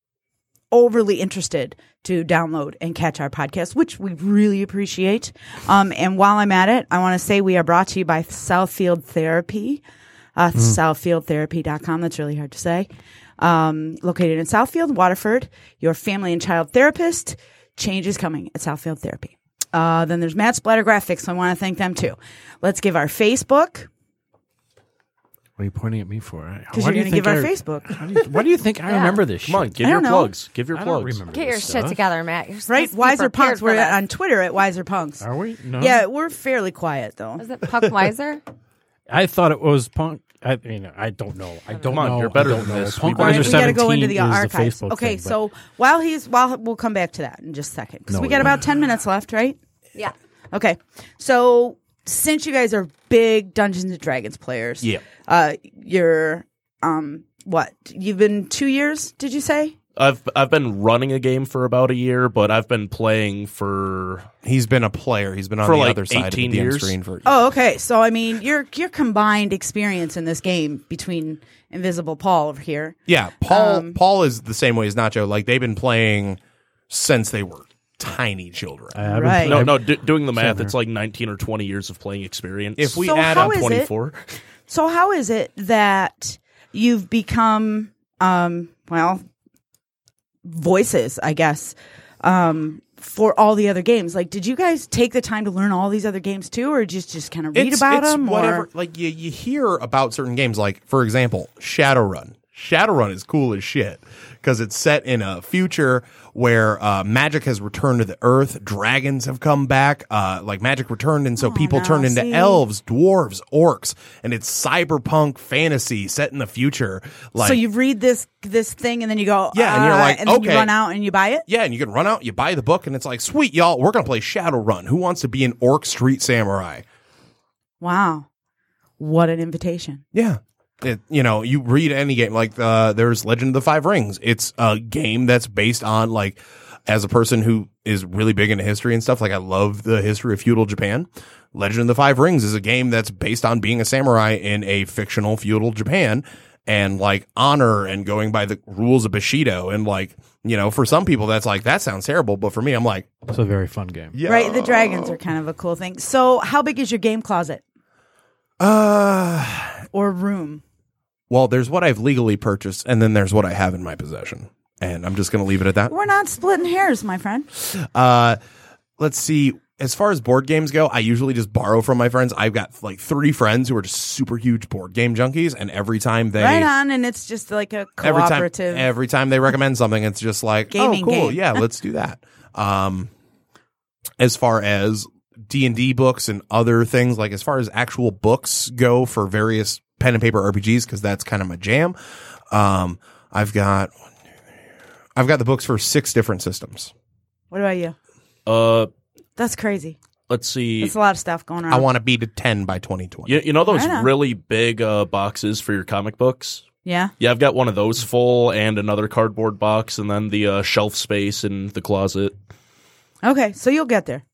Speaker 2: overly interested to download and catch our podcast, which we really appreciate. Um, and while I'm at it, I want to say we are brought to you by Southfield Therapy. Uh,
Speaker 3: Mm.
Speaker 2: Southfieldtherapy.com. That's really hard to say. Um, located in Southfield, Waterford, your family and child therapist. Change is coming at Southfield Therapy. Uh, then there's Matt Splatter Graphics. So I want to thank them too. Let's give our Facebook.
Speaker 3: What are you pointing at me for? I-
Speaker 2: Because
Speaker 3: why
Speaker 2: you're
Speaker 3: do
Speaker 2: going
Speaker 3: you
Speaker 2: to
Speaker 3: think
Speaker 2: give our
Speaker 3: I-
Speaker 2: Facebook.
Speaker 3: How do you- why do you think I remember this?
Speaker 5: Come on,
Speaker 3: shit?
Speaker 5: give
Speaker 2: I
Speaker 5: your
Speaker 2: don't know.
Speaker 5: plugs. Give your
Speaker 3: I
Speaker 5: plugs.
Speaker 3: don't remember.
Speaker 4: Get your
Speaker 3: this
Speaker 4: shit
Speaker 3: stuff.
Speaker 4: together, Matt. You're
Speaker 2: Right?
Speaker 4: supposed to be
Speaker 2: Wiser
Speaker 4: prepared
Speaker 2: Punks.
Speaker 4: for
Speaker 2: We're
Speaker 4: this.
Speaker 2: on Twitter at Wiser Punks.
Speaker 3: Are we? No.
Speaker 2: Yeah, we're fairly quiet though.
Speaker 4: Is it Puck Wiser?
Speaker 3: I thought it was punk. I mean, I don't know. I don't
Speaker 5: Come on,
Speaker 3: know.
Speaker 5: you're better
Speaker 3: I don't
Speaker 5: than
Speaker 3: know.
Speaker 5: this.
Speaker 3: Punk
Speaker 5: We-
Speaker 2: All right,
Speaker 3: Wiser
Speaker 5: Wiser
Speaker 2: we got to go into
Speaker 3: 17
Speaker 2: the
Speaker 3: is
Speaker 2: archives.
Speaker 3: Facebook
Speaker 2: okay,
Speaker 3: thing, but
Speaker 2: so while he's while we'll come back to that in just a second because
Speaker 3: No,
Speaker 2: we
Speaker 3: we
Speaker 2: got
Speaker 3: won't.
Speaker 2: about ten minutes left, right?
Speaker 4: Yeah.
Speaker 2: Okay, so since you guys are big Dungeons and Dragons players,
Speaker 6: Yeah.
Speaker 2: uh, you're um what you've been two years? Did you say?
Speaker 5: I've I've been running a game for about a year, but I've been playing for
Speaker 6: He's been a player. He's been on
Speaker 5: For
Speaker 6: the
Speaker 5: like
Speaker 6: other side of the
Speaker 5: 18
Speaker 6: DM
Speaker 5: years?
Speaker 6: screen for
Speaker 2: Oh, okay. So I mean, your your combined experience in this game between Invisible Paul over here.
Speaker 6: Yeah, Paul Paul is the same way as Nacho. Like they've been playing since they were tiny children.
Speaker 3: I've been-
Speaker 2: Right.
Speaker 5: no no do, doing the math. It's like nineteen or twenty years of playing experience.
Speaker 6: If we
Speaker 2: So
Speaker 6: add
Speaker 2: how
Speaker 6: up
Speaker 2: is it-
Speaker 5: twenty four,
Speaker 2: So how is it that you've become um well voices, I guess, um for all the other games. Like, did you guys take the time to learn all these other games too, or just just kind of read
Speaker 6: it's,
Speaker 2: about
Speaker 6: it's
Speaker 2: them?
Speaker 6: Whatever.
Speaker 2: Or
Speaker 6: Like you, you hear about certain games, like for example, Shadowrun. Shadowrun is cool as shit because it's set in a future where uh, magic has returned to the earth. Dragons have come back. Uh, like magic returned, and so people
Speaker 2: no,
Speaker 6: turned into
Speaker 2: see?
Speaker 6: elves, dwarves, orcs, and it's cyberpunk fantasy set in the future. Like
Speaker 2: so you read this this thing and then you go
Speaker 6: Yeah, and you're
Speaker 2: "Ah,"
Speaker 6: like,
Speaker 2: and then you
Speaker 6: okay.
Speaker 2: run out and you buy it.
Speaker 6: Yeah, and you can run out, you buy the book, and it's like, sweet, y'all, we're going to play Shadowrun. Who wants to be an orc street samurai?
Speaker 2: Wow, what an invitation!
Speaker 6: Yeah. It, you know, you read any game, like uh, there's Legend of the Five Rings. It's a game that's based on, like, as a person who is really big into history and stuff, like, I love the history of feudal Japan. Legend of the Five Rings is a game that's based on being a samurai in a fictional feudal Japan and, like, honor and going by the rules of Bushido. And, like, you know, for some people, that's like, that sounds terrible. But for me, I'm like,
Speaker 3: It's a very fun game.
Speaker 6: yeah.
Speaker 2: Right, the dragons are kind of a cool thing. So, how big is your game closet
Speaker 6: Uh,
Speaker 2: or room?
Speaker 6: well, there's what I've legally purchased, and then there's what I have in my possession. And I'm just going to leave it at that.
Speaker 2: We're not splitting hairs, my friend.
Speaker 6: Uh, let's see. As far as board games go, I usually just borrow from my friends. I've got like three friends who are just super huge board game junkies, and every time they
Speaker 2: Right on, and it's just like a
Speaker 6: every time
Speaker 2: cooperative.
Speaker 6: every time they recommend something, it's just like
Speaker 2: Gaming
Speaker 6: oh cool
Speaker 2: game.
Speaker 6: yeah let's do that. Um, as far as D and D books and other things like as far as actual books go for various pen and paper RPGs because that's kind of my jam. Um, I've got I've got the books for six different systems.
Speaker 2: what about you?
Speaker 5: Uh,
Speaker 2: That's crazy.
Speaker 5: let's see.
Speaker 2: It's a lot of stuff going around.
Speaker 6: I want to be to ten by twenty twenty.
Speaker 5: You, you know those
Speaker 2: Right on.
Speaker 5: really big uh, boxes for your comic books?
Speaker 2: yeah.
Speaker 5: Yeah, I've got one of those full and another cardboard box and then the uh, shelf space in the closet.
Speaker 2: Okay, so you'll get there.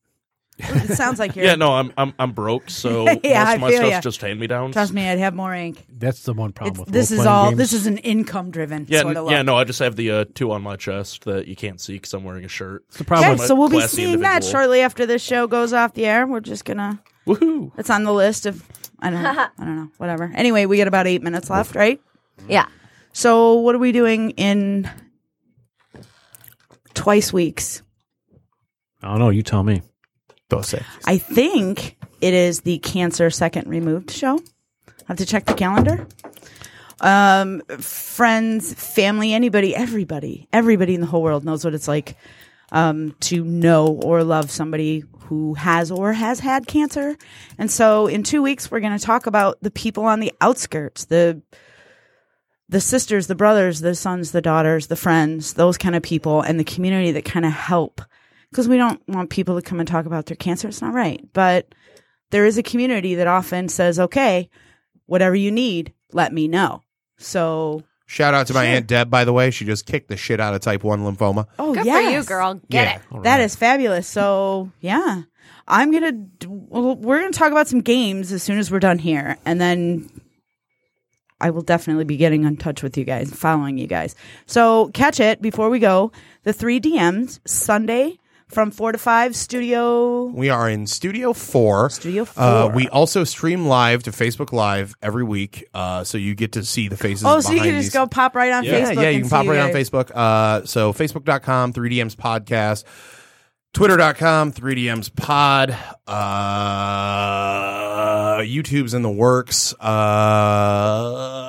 Speaker 2: It sounds like you're.
Speaker 5: Yeah, no, I'm I'm I'm broke, so
Speaker 2: Yeah,
Speaker 5: most
Speaker 2: I
Speaker 5: of my
Speaker 2: feel
Speaker 5: stuff's
Speaker 2: ya.
Speaker 5: just hand me downs.
Speaker 2: Trust me, I'd have more ink.
Speaker 3: That's the one problem
Speaker 2: It's,
Speaker 3: with
Speaker 2: this is
Speaker 3: role-playing
Speaker 2: all.
Speaker 3: Games.
Speaker 2: This is an income-driven
Speaker 5: Yeah,
Speaker 2: sort
Speaker 5: n-
Speaker 2: of
Speaker 5: yeah,
Speaker 2: look.
Speaker 5: no, I just have the uh, two on my chest that you can't see because I'm wearing a shirt.
Speaker 3: It's the problem.
Speaker 2: okay, so we'll be
Speaker 5: Classy
Speaker 2: seeing that
Speaker 5: individual.
Speaker 2: shortly after this show goes off the air. We're just gonna.
Speaker 5: Woohoo!
Speaker 2: It's on the list of. I don't. know. I don't know. Whatever. Anyway, we got about eight minutes left, right?
Speaker 4: Yeah.
Speaker 2: So what are we doing in twice weeks?
Speaker 3: I don't know. You tell me.
Speaker 2: I think it is the cancer second removed show. I have to check the calendar. Um, friends, family, anybody, everybody, everybody in the whole world knows what it's like um, to know or love somebody who has or has had cancer. And so, in two weeks, we're going to talk about the people on the outskirts, the the sisters, the brothers, the sons, the daughters, the friends, those kind of people, and the community that kind of help. Because we don't want people to come and talk about their cancer. It's not right. But there is a community that often says, okay, whatever you need, let me know. So,
Speaker 6: Shout out to my aunt Deb, by the way. She just kicked the shit out of type one lymphoma.
Speaker 2: oh,
Speaker 4: Good for you,
Speaker 2: yes.
Speaker 4: girl. Get
Speaker 6: Yeah.
Speaker 4: it.
Speaker 2: That is fabulous. So, yeah. I'm going to, d- well, we're going to talk about some games as soon as we're done here. And then I will definitely be getting in touch with you guys, following you guys. So, catch it before we go. The three DMs, Sunday from 4 to 5, studio.
Speaker 6: We are in Studio Four.
Speaker 2: Studio
Speaker 6: Uh,
Speaker 2: four.
Speaker 6: we also stream live to Facebook Live every week, uh, so you get to see the faces.
Speaker 2: Oh, so you
Speaker 6: behind
Speaker 2: can just
Speaker 6: these-
Speaker 2: go pop right on
Speaker 6: Yeah,
Speaker 2: Facebook.
Speaker 6: yeah, you
Speaker 2: and
Speaker 6: can
Speaker 2: see
Speaker 6: pop right on
Speaker 2: guys.
Speaker 6: Facebook. Uh, so Facebook.com, 3DMs Podcast, Twitter.com, 3DMs Pod, uh, YouTube's in the works.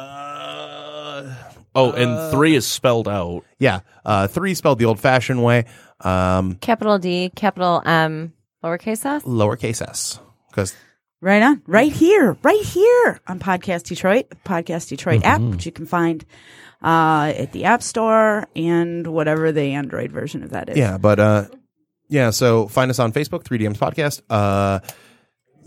Speaker 6: Uh,
Speaker 5: Oh, and three is spelled out.
Speaker 6: yeah, uh, three spelled the old fashioned way. Um,
Speaker 4: Capital D, capital M, lowercase s.
Speaker 6: lowercase s because
Speaker 2: Right on. Right here. Right here on Podcast Detroit, Podcast Detroit app,
Speaker 6: Mm-hmm.
Speaker 2: which you can find uh, at the App Store and whatever the Android version of that is.
Speaker 6: yeah but uh yeah so find us on facebook 3dms podcast uh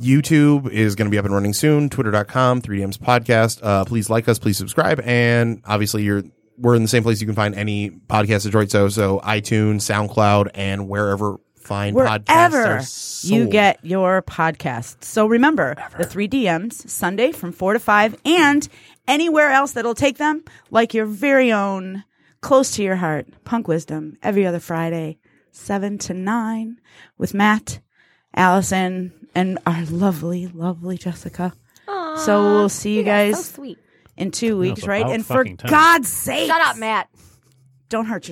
Speaker 6: youtube is going to be up and running soon twitter.com 3dms podcast uh please like us please subscribe and obviously you're we're in the same place you can find any podcast detroit so so itunes soundcloud and wherever fine podcasts
Speaker 2: Wherever
Speaker 6: are sold.
Speaker 2: you get your podcasts. So remember the three DMs Sunday from four to five and anywhere else that'll take them, like your very own, close to your heart, Punk Wisdom, every other Friday, seven to nine, with Matt, Allison, and our lovely, lovely Jessica. So we'll see you
Speaker 4: Yeah,
Speaker 2: guys
Speaker 4: So sweet.
Speaker 2: in two weeks, right?
Speaker 3: about
Speaker 2: And for
Speaker 3: fucking time.
Speaker 2: God's sake,
Speaker 4: Shut up, Matt.
Speaker 2: Don't hurt yourself.